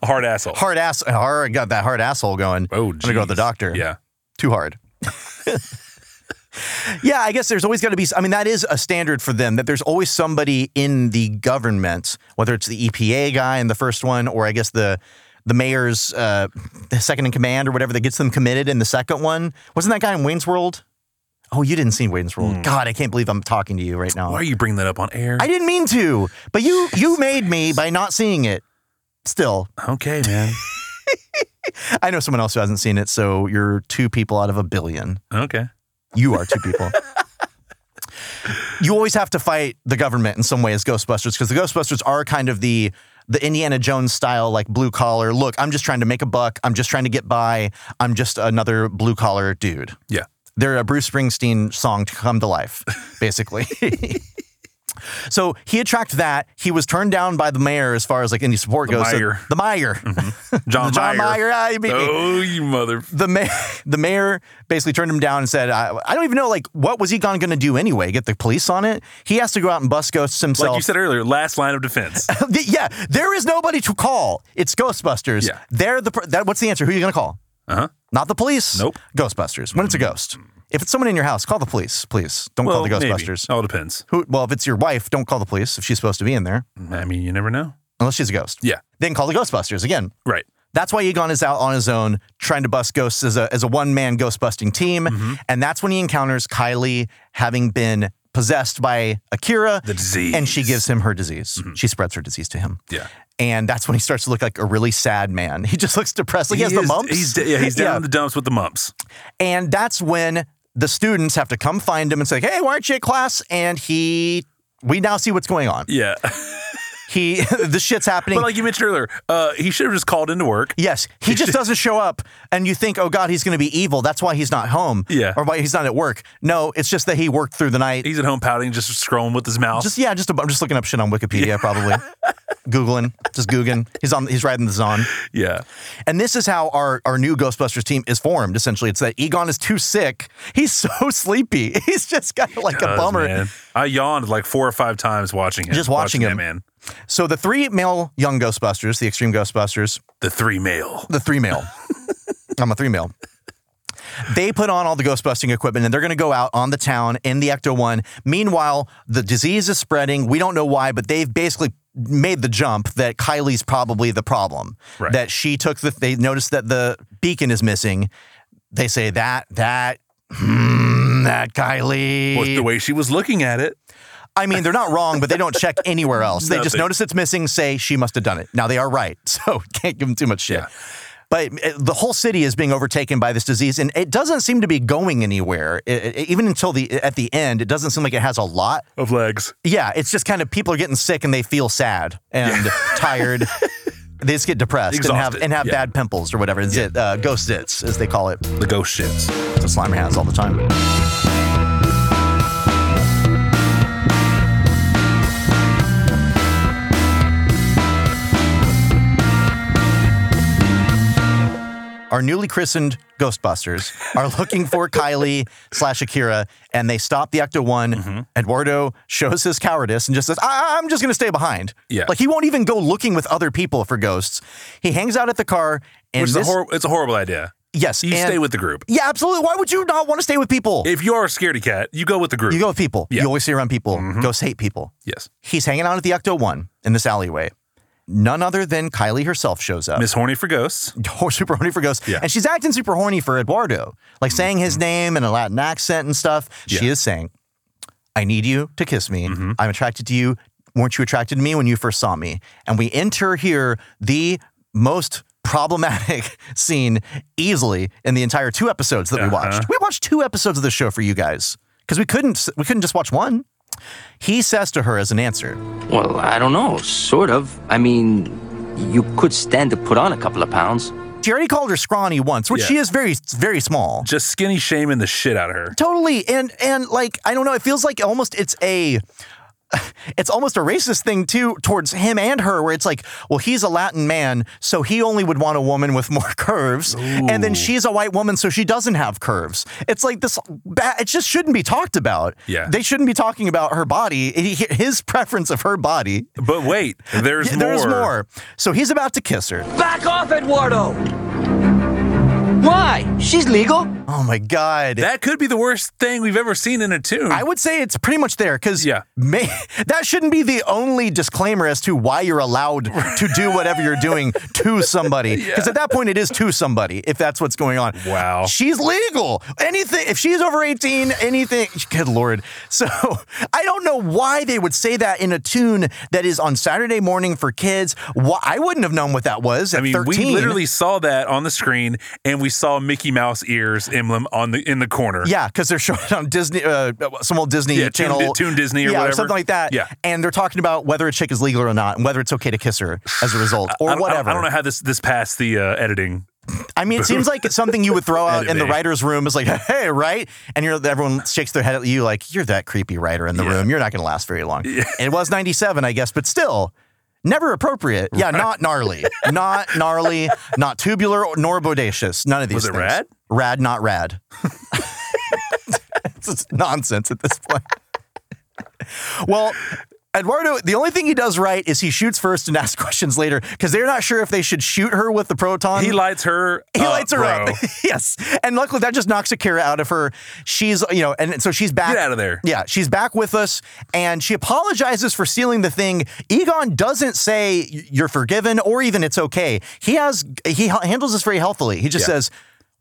a hard asshole.
hard ass. Hard, got that hard asshole going.
Oh,
I'm gonna go to the
jeez.
doctor.
Yeah.
too hard. yeah, I guess there's always got to be. I mean, that is a standard for them that there's always somebody in the government, whether it's the EPA guy in the first one, or I guess the the mayor's uh, the second in command or whatever that gets them committed in the second one. Wasn't that guy in Wayne's World? Oh, you didn't see Wayne's World. God, I can't believe I'm talking to you right now.
Hmm. Why are you bringing that up on air?
I didn't mean to, but you you made me by not seeing it. Still,
okay, man.
I know someone else who hasn't seen it, so you're two people out of a billion.
Okay.
You are two people. you always have to fight the government in some way as Ghostbusters because the Ghostbusters are kind of the the Indiana Jones style, like blue collar. Look, I'm just trying to make a buck. I'm just trying to get by. I'm just another blue collar dude.
Yeah.
They're a Bruce Springsteen song to come to life, basically. so he had tracked that. He was turned down by the mayor as far as like any support
The
goes. So-
mayor.
the mayor.
John,
John
Mayer.
Mayer. Ah, you beat me
Oh, you mother.
the mayor, the mayor basically turned him down and said, I, I don't even know, like, what was Egon going to do anyway? Get the police on it? He has to go out and bust ghosts himself.
Like you said earlier, last line of defense. Uh-huh.
The- yeah, there is nobody to call. It's Ghostbusters.
Yeah.
They're the, pr- that, what's the answer? Who are you going to call?
Uh-huh.
Not the police.
Nope.
Ghostbusters. When it's a ghost. If it's someone in your house, call the police, please. Don't
Well,
call the
maybe.
Ghostbusters.
All depends.
Who, well, if it's your wife, don't call the police if she's supposed to be in there,
I mean, you never know.
unless she's a ghost.
Yeah.
Then call the Ghostbusters again.
Right.
That's why Egon is out on his own trying to bust ghosts as a, as a one man ghost busting team.
Mm-hmm.
And that's when he encounters Kylie having been possessed by Akira.
The disease. Mm-hmm.
And she gives him her disease. She spreads her disease to him.
Yeah.
And that's when he starts to look like a really sad man. He just looks depressed. Like he, has
is-
the mumps.
He's, d- yeah, he's down in the dumps with the mumps.
And that's when the students have to come find him and say, hey, why aren't you at class? And he, we now see what's going on.
Yeah.
He, the shit's happening.
But like you mentioned earlier, uh, he should have just called into work.
Yes, he just doesn't show up, and you think, oh God, he's going to be evil. That's why he's not home.
Yeah.
or why he's not at work. No, it's just that he worked through the night.
He's at home pouting, just scrolling with his mouth.
just yeah, just a, bu- I'm just looking up shit on Wikipedia, probably googling, just googling. He's on, he's riding the zon.
yeah.
And this is how our, our new Ghostbusters team is formed. Essentially, it's that Egon is too sick. He's so sleepy. He's just got like a
Does,
bummer.
Uh, man. I yawned like four or five times watching it.
Just watching
it,
him.
man.
So the three male young Ghostbusters, the extreme Ghostbusters,
The three male.
the three male. I'm a three male. They put on all the ghost busting equipment and they're going to go out on the town in the Ecto 1. Meanwhile, the disease is spreading. We don't know why, but they've basically made the jump that Kylie's probably the problem.
Right.
That she took the, they noticed that the beacon is missing. They say that, that, hmm, that Kylie.
Was the way she was looking at it.
I mean, they're not wrong, but they don't check anywhere else. They just
Nothing.
notice it's missing, say she must have done it. Now they are right, so can't give them too much shit.
Yeah.
But uh, the whole city is being overtaken by this disease, and it doesn't seem to be going anywhere. I- I- even until the eh, at the end, it doesn't seem like it has a lot.
Of legs.
Yeah, it's just kind of people are getting sick and they feel sad and tired. They just get depressed and have
Exhausted,
and have
yeah.
bad pimples or whatever. It's it, uh, ghost zits, as they call it.
The ghost shits.
That's what Slimer has all the time. our newly christened Ghostbusters are looking for Kylie slash Akira, and they stop the Ecto One.
Mm-hmm.
Eduardo shows his cowardice and just says, I- "I'm just going to stay behind."
Yeah.
like he won't even go looking with other people for ghosts. He hangs out at the car, and
Which is a
this-
hor- it's a horrible idea.
yes,
You
and-
stay with the group.
Yeah, absolutely. Why would you not want to stay with people?
If you are a scaredy cat, you go with the group.
You go with people.
Yeah.
You always stay around people. Ghosts hate people.
yes.
He's hanging out at the Ecto One in this alleyway. None other than Kylie herself shows up.
Miss Horny for Ghosts.
Hor- super horny for ghosts.
Yeah. Mm-hmm.
And she's acting super horny for Eduardo, like saying his name in a Latin accent and stuff. She
Yeah. Mm-hmm.
is saying, I need you to kiss me. I'm attracted to you. Weren't you attracted to me when you first saw me? And we enter here the most problematic scene easily in the entire two episodes that we
Uh-huh.
watched. We watched two episodes of this show for you guys because we couldn't we couldn't just watch one. He says to her as an answer,
Well, I don't know. Sort of. I mean, you could stand to put on a couple of pounds.
she already called her scrawny once, which
Yeah.
she is very very small.
Just skinny shaming the shit out of her.
totally and and like i don't know it feels like almost it's a it's almost a racist thing too towards him and her where it's like well he's a latin man so he only would want a woman with more curves and then she's a white woman so she doesn't have curves it's like this ba- it just shouldn't be talked about
Yeah.
they shouldn't be talking about her body he- his preference of her body
But wait, there's
Yeah,
more.
there's more so he's about to kiss her
Back off, Eduardo! Why? She's legal.
oh my god
That could be the worst thing we've ever seen in a tune.
I would say it's pretty much there because
Yeah.
that shouldn't be the only disclaimer as to why you're allowed to do whatever you're doing to somebody. Because at that point, it is to somebody if that's what's going on.
Wow.
She's legal. Anything, if she's over 18, anything. Good Lord. So I don't know why they would say that in a tune that is on Saturday morning for kids. Why, I wouldn't have known what that was at
I mean,
13.
we literally saw that on the screen, and we saw Mickey Mouse ears emblem on the in the corner.
Yeah, because they're showing it on Disney, uh, some old Disney
Yeah, Toon
channel,
Di- Toon Disney or
yeah,
whatever.
something like that.
Yeah.
and they're talking about whether a chick is legal or not, and whether it's okay to kiss her as a result, or
I don't- I don't-
whatever.
I don't know how this this passed the uh, editing.
I mean, it seems like it's something you would throw out in the
Anime.
writer's room. Is like, hey, right? And you're everyone shakes their head at you, like you're that creepy writer in the room. You're not going to last very long. And it was '97, I guess, but still. Never appropriate. Yeah, not gnarly. not gnarly, not tubular, nor bodacious. None of these
Was it
things.
rad?
Rad, not rad. it's just nonsense at this point. Well, Eduardo, the only thing he does right is he shoots first and asks questions later because they're not sure if they should shoot her with the proton.
He lights her.
Um, He
up,
lights her
Uh, bro.
up. yes. And luckily that just knocks Akira out of her. She's, you know, and so she's back.
Get out of there.
Yeah, she's back with us and she apologizes for stealing the thing. Egon doesn't say "Y- you're forgiven or even it's okay. He has he ha- handles this very healthily. He just
Yeah.
says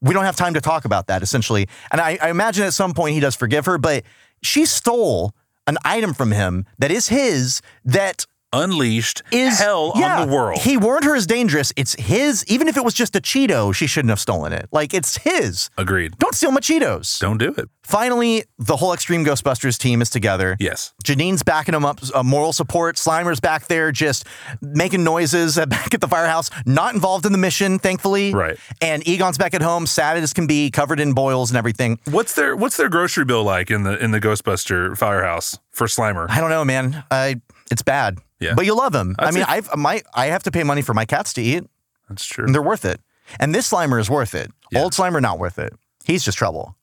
we don't have time to talk about that essentially. And I, I imagine at some point he does forgive her, but she stole an item from him that is his that
Unleashed
is
hell
yeah,
on the world.
He warned her as dangerous. It's his. Even if it was just a Cheeto, she shouldn't have stolen it. Like it's his.
Agreed.
Don't steal my Cheetos.
Don't do it.
Finally, the whole Extreme Ghostbusters team is together.
Yes.
Janine's backing him up, uh, moral support. Slimer's back there, just making noises uh, back at the firehouse. Not involved in the mission, thankfully.
Right.
And Egon's back at home, sad as can be, covered in boils and everything.
What's their What's their grocery bill like in the in the Ghostbuster firehouse for Slimer?
I don't know, man. I it's bad.
Yeah.
But you love him. I
That's
mean,
it.
I've my I have to pay money for my cats to eat.
That's true.
And they're worth it. And this Slimer is worth it.
Yeah.
Old Slimer not worth it. He's just trouble.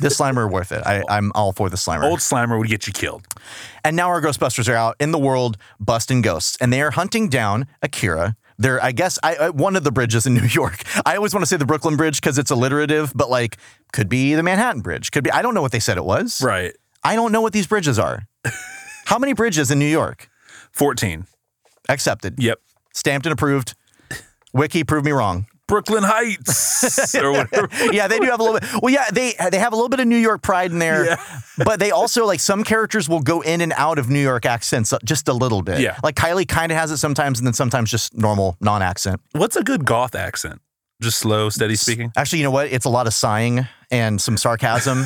this Slimer worth it. I, I'm all for the Slimer.
Old Slimer would get you killed.
And now our Ghostbusters are out in the world busting ghosts, and they are hunting down Akira. They're, I guess, I, I- one of the bridges in New York. I always want to say the Brooklyn Bridge because it's alliterative, but like, could be the Manhattan Bridge. Could be. I don't know what they said it was.
Right.
I don't know what these bridges are. How many bridges in New York?
Fourteen.
Accepted.
Yep.
Stamped and approved. Wiki proved me wrong.
Brooklyn Heights or whatever.
yeah, they do have a little bit. Well, yeah, they they have a little bit of New York pride in there, but they also like some characters will go in and out of New York accents uh, just a little bit.
Yeah.
like Kylie kind of has it sometimes, and then sometimes just normal non-accent.
What's a good goth accent? Just slow, steady speaking.
Actually, you know what? It's a lot of sighing and some sarcasm.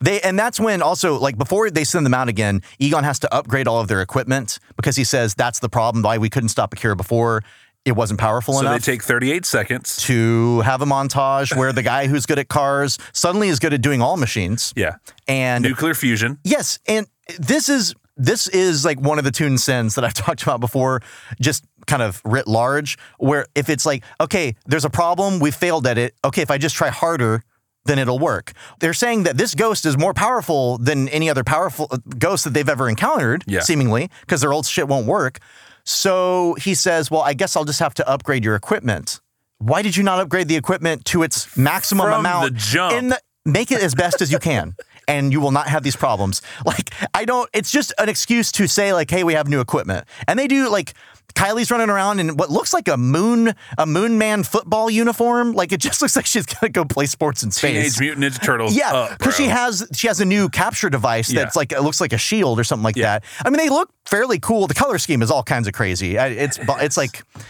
They, and that's when also like before they send them out again, Egon has to upgrade all of their equipment because he says that's the problem why we couldn't stop Akira before it wasn't powerful
So they
enough.
take 38 seconds.
to have a montage where the guy who's good at cars suddenly is good at doing all machines.
Yeah.
And
Nuclear fusion.
yes, and this is this is like one of the tune sins that I've talked about before, just kind of writ large, where if it's like, okay, there's a problem, we failed at it. Okay, if I just try harder, then it'll work. They're saying that this ghost is more powerful than any other powerful uh, ghost that they've ever encountered,
Yeah.
seemingly, because their old shit won't work. So he says, well, I guess I'll just have to upgrade your equipment. Why did you not upgrade the equipment to its maximum
From
amount?
the jump.
In the, make it as best as you can, and you will not have these problems. Like, I don't, it's just an excuse to say, like, hey, we have new equipment. And they do, like, Kylie's running around in what looks like a moon, a moon man football uniform. Like, it just looks like she's gonna go play sports in space.
Teenage Mutant Ninja Turtles.
Yeah,
up,
because she
bro.
has she has a new capture device
Yeah.
that's like it looks like a shield or something like that. I mean, they look fairly cool. The color scheme is all kinds of crazy. I- It's bo- it's like, do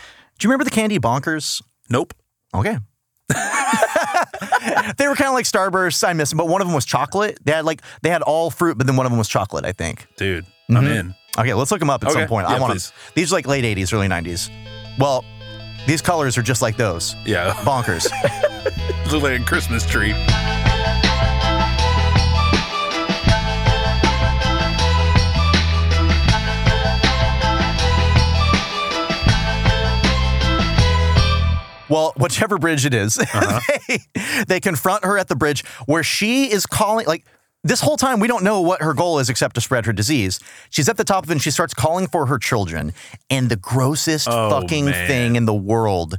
you remember the Candy Bonkers?
Nope.
Okay. they were kind of like Starbursts. I miss them, but one of them was chocolate. They had like they had all fruit, but then one of them was chocolate. I think.
Dude, I'm
Mm-hmm.
in.
Okay, let's look them up at
Okay.
some point. I
Yeah,
want
please.
them. These are like late '80s, early '90s. Well, these colors are just like those.
Yeah.
Bonkers.
Look like a Christmas tree.
Well, whichever bridge it is,
Uh-huh.
they, they confront her at the bridge where she is calling, like, this whole time, we don't know what her goal is except to spread her disease. She's at the top of it and she starts calling for her children. And the grossest
Oh,
fucking
man.
thing in the world.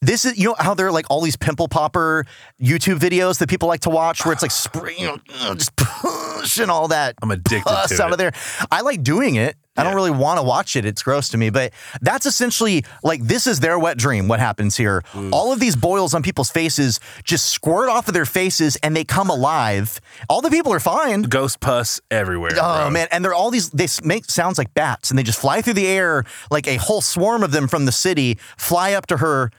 This is, you know, how there are like all these pimple popper YouTube videos that people like to watch where it's like, spray, you know, ugh, just push and all that
I'm addicted
pus
to
out
it.
of there. I like doing it. I don't really want to watch it. It's gross to me, but that's essentially like this is their wet dream. What happens here? All of these boils on people's faces just squirt off of their faces and they come alive. All the people are fine.
Ghost pus everywhere.
Oh
bro.
man, and they're all these. They s- make sounds like bats, and they just fly through the air like a whole swarm of them from the city fly up to her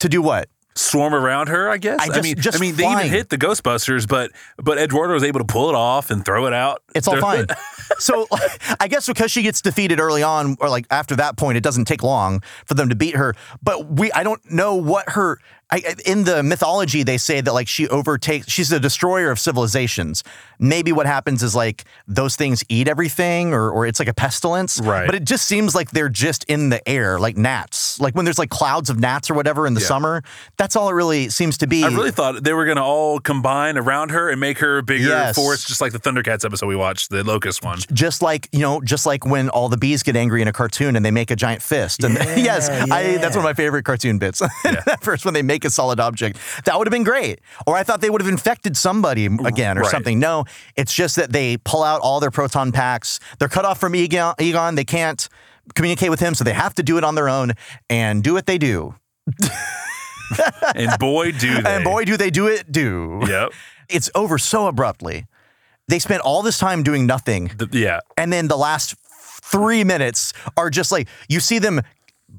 to do what?
Swarm around her, I guess.
I just-
mean,
just
I mean, they
flying.
even hit the Ghostbusters, but but Eduardo was able to pull it off and throw it out.
It's all
They're-
fine. so I guess because she gets defeated early on, or like after that point, it doesn't take long for them to beat her. But we, I don't know what her. I- I, in the mythology, they say that like she overtakes. She's the destroyer of civilizations. Maybe what happens is like those things eat everything, or or it's like a pestilence.
Right.
But it just seems like they're just in the air, like gnats. Like when there's like clouds of gnats or whatever in the summer. That's all it really seems to be.
I really thought they were going to all combine around her and make her a bigger
Yes.
force, just like the Thundercats episode we watched, the Locust one.
just like you know, just like when all the bees get angry in a cartoon and they make a giant fist. And yes, I, that's one of my favorite cartoon bits. that first when they make a solid object, that would have been great. Or I thought they would have infected somebody again or
Right.
something. No, it's just that they pull out all their proton packs. They're cut off from Egon. Egon. They can't communicate with him, so they have to do it on their own and do what they do.
And boy, do they.
And boy, do they do it. Do
Yep.
it's over so abruptly. They spent all this time doing nothing.
The- yeah.
and then the last three minutes are just like you see them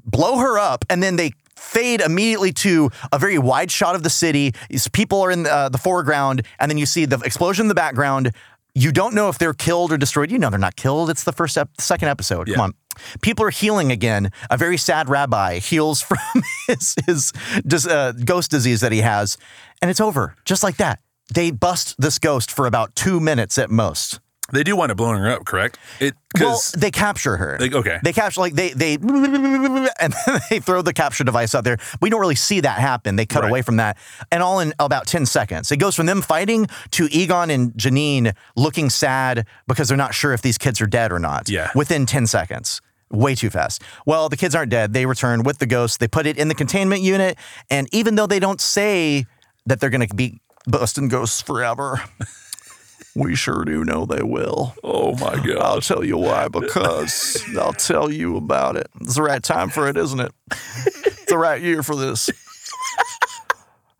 blow her up and then they fade immediately to a very wide shot of the city These people are in the, uh, the foreground and then you see the explosion in the background you don't know if they're killed or destroyed you know they're not killed it's the first ep- second episode
Yeah.
come on people are healing again a very sad rabbi heals from his, his dis- uh, ghost disease that he has and it's over just like that they bust this ghost for about two minutes at most
They do wind up blowing her up, correct? It
well,
because
they capture her.
They- okay.
They capture like they they and then they throw the capture device out there. We don't really see that happen. They cut
Right.
away from that, and all in about ten seconds. It goes from them fighting to Egon and Janine looking sad because they're not sure if these kids are dead or not.
Yeah.
Within ten seconds. Way too fast. Well, the kids aren't dead. They return with the ghost. They put it in the containment unit, and even though they don't say that they're going to be busting ghosts forever, we sure do know they will.
oh my god,
I'll tell you why because I'll tell you about it. It's the right time for it, isn't it? It's the right year for this.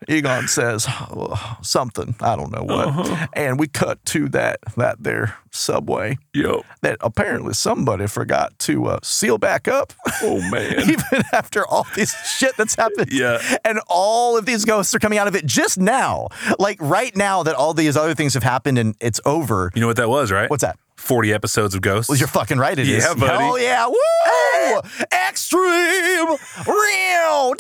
Egon says oh, something I don't know what,
Uh-huh.
and we cut to that that there subway
yo,
that apparently somebody forgot to uh, seal back up.
oh man,
Even after all this shit that's happened,
Yeah.
and all of these ghosts are coming out of it just now, like right now that all these other things have happened and it's over.
you know what that was, right?
What's that?
Forty episodes of Ghosts.
Well, you're fucking right. It is.
Yeah, buddy.
Hell yeah! Woo! Extreme real.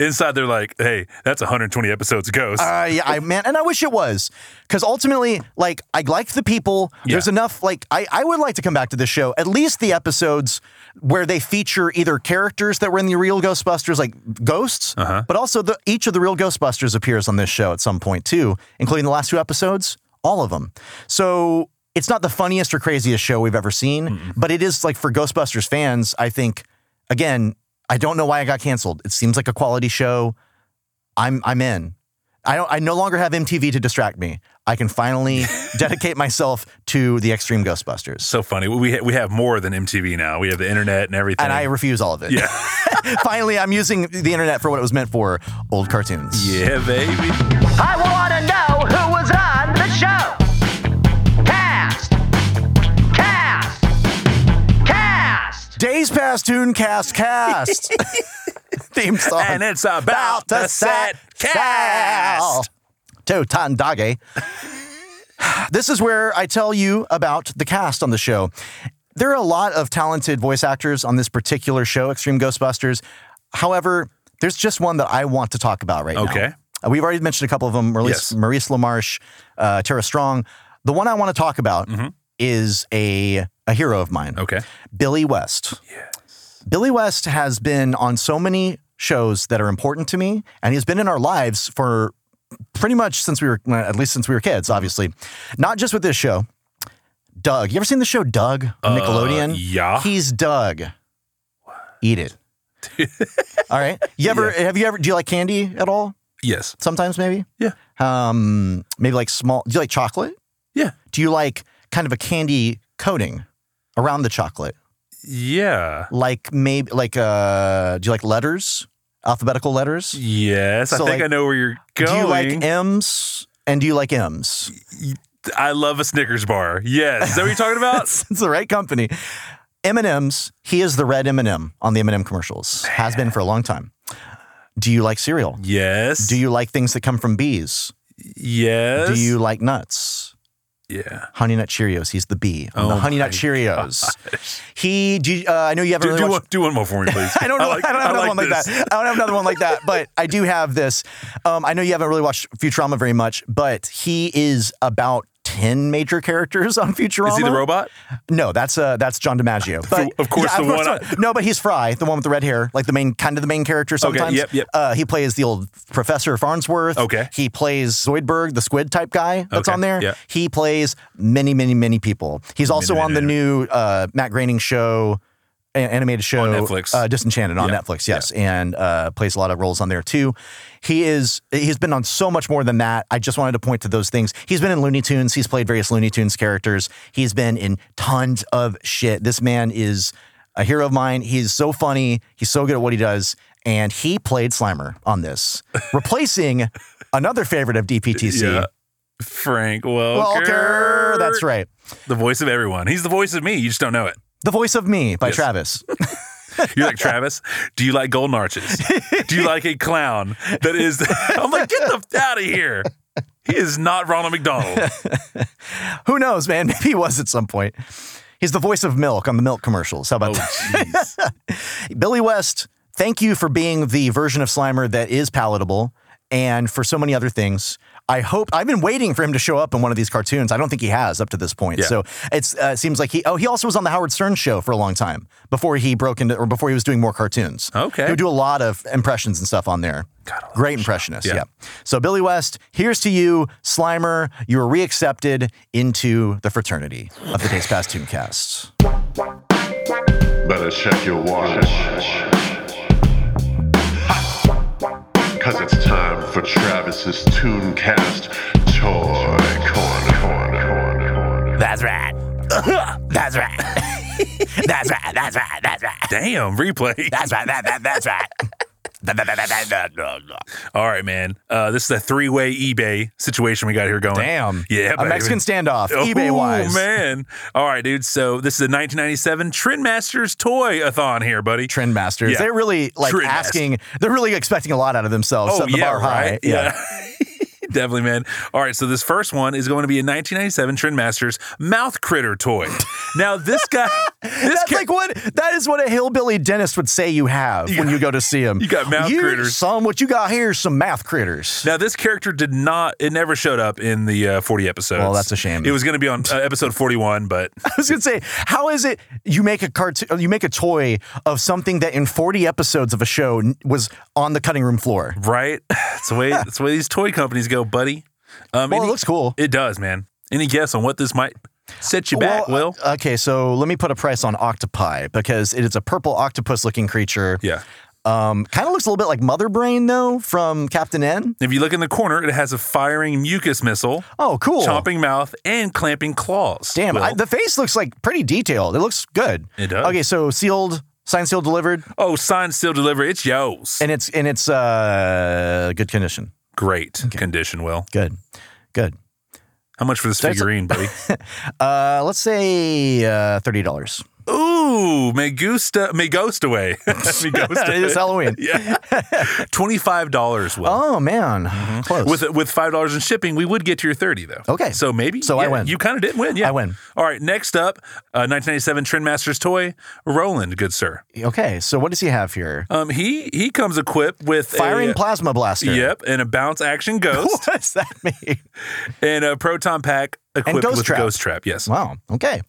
Inside, they're like, hey, that's 120 episodes of Ghost.
Uh, yeah, I man, and I wish it was because ultimately, like, I like the people. There's enough. Like, I I would like to come back to this show. At least the episodes where they feature either characters that were in the real Ghostbusters, like ghosts, but also the each of the real Ghostbusters appears on this show at some point too, including the last two episodes, all of them. So. It's not the funniest or craziest show we've ever seen, but it is like for Ghostbusters fans, I think, again, I don't know why it got canceled. It seems like a quality show. I'm I'm in. I don't I no longer have MTV to distract me. I can finally dedicate myself to the extreme Ghostbusters.
So funny. We, ha- we have more than MTV now. We have the internet and everything.
And I refuse all of it.
Yeah.
finally, I'm using the internet for what it was meant for, old cartoons.
Yeah, baby.
I want to know who was on the show. Cast. Cast. Cast.
Days Past Tune Cast Cast. Theme song.
And it's about the set cast.
To Tandage. this is where I tell you about the cast on the show. There are a lot of talented voice actors on this particular show, Extreme Ghostbusters. However, there's just one that I want to talk about right now.
Okay.
Uh, We've already mentioned a couple of them Maurice, Maurice LaMarche, uh, Tara Strong. The one I want to talk about
Mm-hmm.
is a, a hero of mine. Okay. Billy West. Yes. Billy West has been on so many shows that are important to me, and he's been in our lives for pretty much since we were, well, at least since we were kids, obviously. Not just with this show. Doug. You ever seen the show Doug on Nickelodeon? yeah. He's Doug. Eat it. all right. You ever have you ever do you like candy at all?
Yes.
Sometimes maybe.
Yeah.
Um, maybe like small. Do you like chocolate?
Yeah.
Do you like kind of a candy coating around the chocolate?
Yeah.
Like maybe like uh, do you like letters? Alphabetical letters?
Yes. I
So,
think
like,
I know where you're going.
Do you like M's? And do you like M's?
I love a Snickers bar. Yes. Is that what you're talking about?
it's the right company. M&M's, he is the red M&M on the M&M commercials. Has been for a long time. Do you like cereal?
Yes.
Do you like things that come from bees?
Yes.
Do you like nuts?
Yeah.
Honey Nut Cheerios. He's the bee on the
Oh
Honey Nut
my
Cheerios. He, do you, uh, I know you haven't
do,
really
do,
watched-
one, do one more for me, please.
I don't know. I, don't have another one like
this.
that. I don't have another one like that. But I do have this. Um, I know you haven't really watched Futurama very much, but he is about ten major characters on Futurama.
Is he the robot?
No, that's uh, that's John DiMaggio. But,
of course, the one I-
no, but he's Fry, the one with the red hair, like the main kind of the main character. Sometimes.
yep, yep.
Uh, he plays the old Professor Farnsworth.
Okay.
He plays Zoidberg, the squid type guy that's
Okay,
on there.
yeah.
He plays many, many, many people. He's also on the new uh, Matt Groening show, a- animated show
On Netflix.
uh, Disenchanted on
Yeah.
Netflix. Yes, and uh, plays a lot of roles on there too. He is he's been on so much more than that. I just wanted to point to those things. He's been in Looney Tunes. He's played various Looney Tunes characters. He's been in tons of shit. This man is a hero of mine. He's so funny. He's so good at what he does. And he played Slimer on this, replacing another favorite of DPTC.
Yeah. Frank Welker.
Welker, that's right.
The voice of everyone. He's the voice of me. You just don't know it.
The Voice of Me by
Yes.
Travis.
You're like Travis. Do you like golden arches? Do you like a clown that is? I'm like, get the out of here. He is not Ronald McDonald.
Who knows, man? Maybe he was at some point. He's the voice of milk on the milk commercials. How about
Oh,
that? Billy West, thank you for being the version of Slimer that is palatable and for so many other things. I hope I've been waiting for him to show up in one of these cartoons. I don't think he has up to this point.
Yeah.
So it's uh, it seems like he oh he also was on the Howard Stern show for a long time before he broke into or before he was doing more cartoons.
Okay.
He would do a lot of impressions and stuff on there. Great impressionist.
Yeah.
yeah. So Billy West, here's to you, Slimer. You were reaccepted into the fraternity of the Days Past Tooncast.
Better check your watch. Cause it's time for Travis's Tooncast Toy Corner.
That's right. that's right. that's right. That's right. That's right.
Damn replay.
That's right. That, that, that's right.
All right, man. Uh, this is a three-way eBay situation we got here going.
Damn.
Yeah,
A Mexican standoff,
Oh,
eBay-wise.
man. All right, dude. So this is a 1997 Trendmasters toy-a-thon here, buddy.
Trendmasters.
Yeah.
They're really like
Trendmasters. Oh,
asking. They're really expecting a lot out of themselves. setting the bar high.
right? Definitely, man. All right, so this first one is going to be a 1997 Trendmasters mouth critter toy. Now, this guy,
That's like what that is what a hillbilly dentist would say you have when you go to see him.
you got mouth critters."
Some what you got here is some mouth critters.
Now, this character did not, it never showed up in the uh, 40 episodes.
Well, that's a shame.
It was going to be on uh, episode 41, but
I was gonna say, how is it you make a cartoon, you make a toy of something that in 40 episodes of a show n- was on the cutting room floor?
right? That's the way, that's the way these toy companies go, buddy. Um,
Well, it
any-
looks cool.
It does, man. Any guess on what this might set you back, Will?
uh, Okay, so let me put a price on octopi because it is a purple octopus-looking creature.
Yeah.
Um, kind of looks a little bit like Mother Brain though from Captain N.
If you look in the corner, it has a firing mucus missile,
Oh, cool.
chomping mouth, and clamping claws.
Damn,
Will.
I, the face looks like pretty detailed. It looks good.
It does.
Okay, so sealed, signed, sealed, delivered,
oh, sign, still deliver. It's yours.
and it's and it's uh good condition.
Great condition, Will.
Good, good.
How much for this
That's-
figurine, buddy?
Uh, let's say uh, thirty dollars.
Ooh, me gusta, me ghost away. me ghost
it is
away.
Halloween.
Yeah, twenty five dollars. Will
Oh man, close.
Mm-hmm. with with five dollars in shipping, we would get to your thirty though.
Okay.
so maybe
So I
yeah,
win.
You kind of did win. Yeah,
I win.
All right, next up, uh, nineteen ninety seven Trendmasters toy, Roland, good sir.
okay, so what does he have here?
Um, he he comes equipped with a- uh,
Firing plasma blaster.
Yep, and a bounce action ghost
What does that mean?
and a proton pack equipped
ghost
with
trap.
ghost trap. Yes.
Wow. Okay.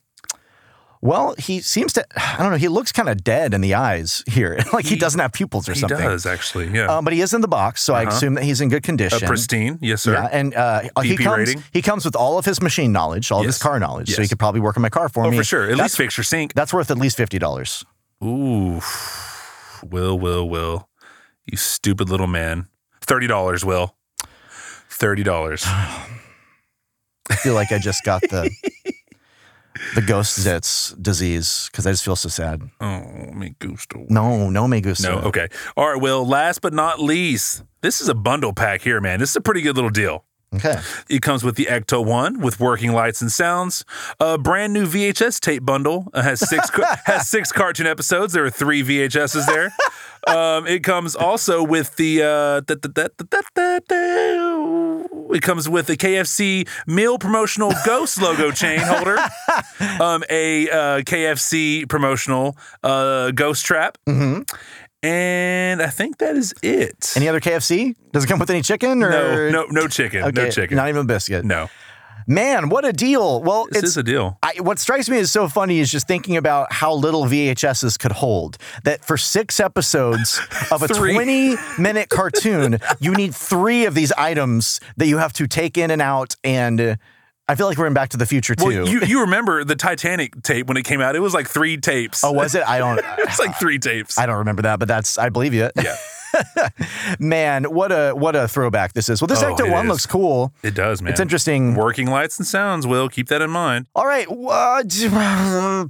Well, he seems to. I don't know. He looks kind of dead in the eyes here. like he,
He-
doesn't have pupils or
He
something.
does actually. Yeah.
Um, but he is in the box, so I assume that he's in good
Uh-huh. a
condition.
pristine. Yes, sir.
Yeah, and uh, he
DP
comes.
rating.
He comes with all of his machine knowledge, all of his
Yes.
car knowledge. So he
Yes.
could probably work on my car for
oh,
me.
for sure. At
that's,
least fix your sink.
that's worth at least fifty dollars.
Ooh, Will, Will, Will, you stupid little man. Thirty dollars, Will. Thirty dollars.
I feel like I just got the the ghost zits disease because I just feel so sad.
Oh, me gusto.
No, no, Megusta.
No, okay. All right, Will. Last but not least, this is a bundle pack here, man. This is a pretty good little deal.
Okay.
It comes with the Ecto One with working lights and sounds, a brand new VHS tape bundle uh, has six ca- has six cartoon episodes. There are three VHSs there. Um, it comes also with the uh, da- da- da- da- da- da- da- it comes with a KFC meal promotional ghost logo chain holder, um, a uh, KFC promotional uh, ghost trap, and I think that is it.
Mm-hmm. Any other KFC? Does it come with any chicken or
no, no, no chicken, no
Okay,
chicken,
Not even a biscuit.
no.
Man, what a deal. Well,
This
it's
is a deal.
I, what strikes me as so funny is just thinking about how little VHSs could hold. That for six episodes of a
Three.
20 minute cartoon, you need three of these items that you have to take in and out. And uh, I feel like we're in Back to the Future too.
Well, you, you remember the Titanic tape when it came out? It was like three tapes.
oh, was it? I don't.
it's like three tapes.
I don't remember that, but that's I believe you.
Yeah.
Man, what a what a throwback this is. Well, this
Oh,
Ecto
it
One
is.
looks cool.
it does, man.
It's interesting.
Working lights and sounds. Will keep that in mind.
All right, what, how,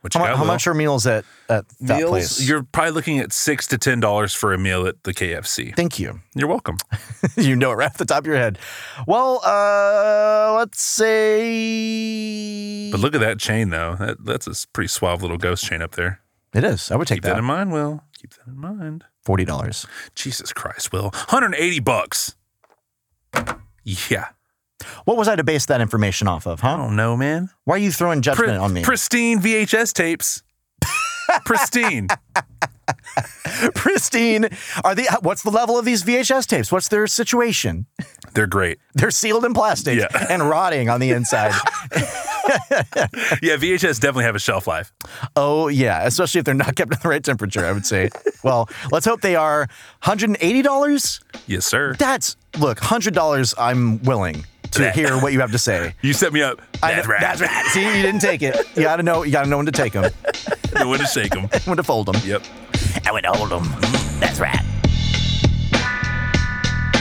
What you
mu-
got,
how
Will?
much are meals at at that
Meals?
place?
You're probably looking at six to ten dollars for a meal at the KFC.
Thank you.
You're welcome.
you know it right off the top of your head. Well, uh, let's say
But look at that chain, though. That, that's a s- pretty suave little ghost chain up there.
it is. I would take
Keep that
that.
in mind, Will. Keep that in mind.
Forty dollars.
Jesus Christ, Will. 180 bucks. Yeah.
What was I to base that information off of?
I
Huh?
don't know, man.
Why are you throwing judgment
Pri-
on me?
Pristine VHS tapes. Pristine.
Pristine. Are they? What's the level of these VHS tapes? What's their situation?
They're great.
They're sealed in plastic
Yeah.
and rotting on the inside.
Yeah, VHS definitely have a shelf life.
oh yeah, especially if they're not kept at the right temperature. I would say. well, let's hope they are. One hundred and eighty dollars.
Yes, sir.
That's look. Hundred dollars. I'm willing to
That-
hear what you have to say.
You set me up.
I
That's
know-
right.
That's right. See, you didn't take it. You gotta know. You gotta know when to take them,
The way to shake them.
when to fold them.
Yep.
I would hold them. That's right.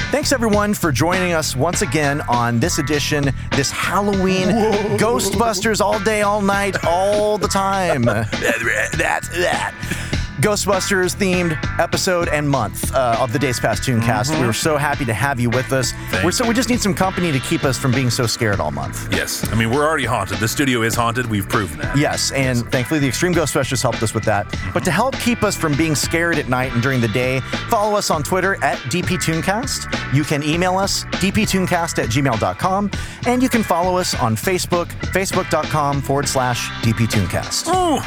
Thanks everyone for joining us once again on this edition, this Halloween Ghostbusters all day, all night, all the time.
That's right. That's that.
Ghostbusters themed episode and month uh, of the Days Past Tunecast.
Mhm.
We were so happy to have you with us.
Thank
We're so we just need some company to keep us from being so scared all month.
Yes. I mean, we're already haunted. The studio is haunted. We've proven that.
Yes, and thankfully the Extreme Ghostbusters helped us with that. But to help keep us from being scared at night and during the day, follow us on Twitter at DPToonCast. You can email us, dptooncast at gmail.com, and you can follow us on Facebook, facebook.com forward slash dptooncast.
Ooh.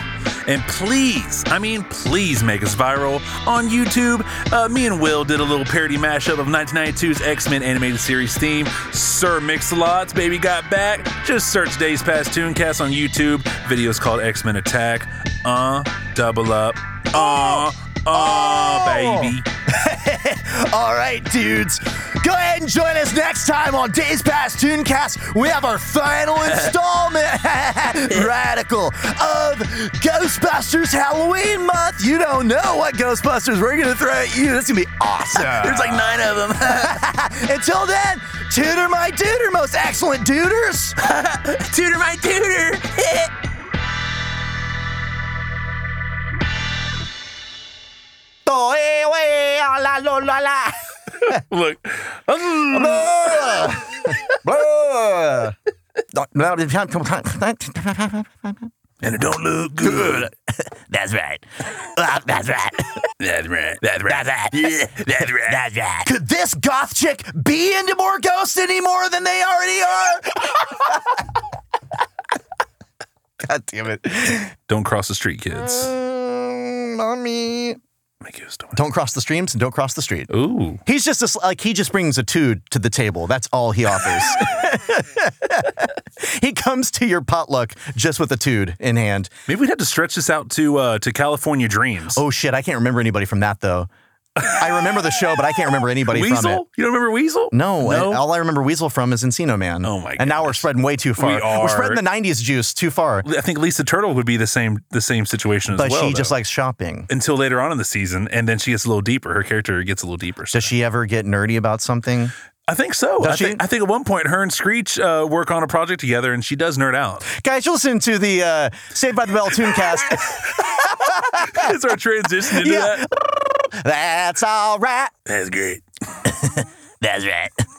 And please, I mean, please make us viral on YouTube. Uh, me and Will did a little parody mashup of 1992's X Men animated series theme. Sir Mix-a-Lot's Baby Got Back. Just search Days Past Tooncast on YouTube. Video's called X Men Attack. Uh, double up. Uh, uh,
Oh.
baby.
All right, dudes. Go ahead and join us next time on Days Past Tooncast. We have our final installment, Radical, of Ghostbusters Halloween month. You don't know what Ghostbusters we're going to throw at you. This is going to be awesome.
There's like nine of them.
Until then, tutor my tutor, most excellent tutors.
tutor my tutor. Look.
and
it don't look good. That's right. That's right. That's right. That's right. That's right. That's right.
Could this goth chick be into more ghosts anymore than they already are? God damn it.
Don't cross the street, kids.
Uh, Mm, Mommy. Don't cross the streams and don't cross the street.
Ooh.
He's just a, sl- like he just brings a tood to the table. That's all he offers. he comes to your potluck just with a tood in hand.
Maybe we'd have to stretch this out to uh, to California Dreams.
Oh shit, I can't remember anybody from that though. I remember the show, but I can't remember anybody
Weasel?
from it.
You don't remember Weasel?
No,
No?
and all I remember Weasel from is Encino Man. Oh my! And now we're spreading way too far.
We are.
We're spreading the '90s juice too far.
I think Lisa Turtle would be the same the same situation as
But
well.
she just
though.
likes shopping.
until later on in the season, and then she gets a little deeper. Her character gets a little deeper.
Does she ever get nerdy about something?
I think so.
Does
I
she?
think, I think at one point her and Screech uh, work on a project together, and she does nerd out.
Guys, you listen to the uh, Saved by the Bell Tooncast.
it's our transition into
Yeah.
that.
That's all right.
That's great.
That's right.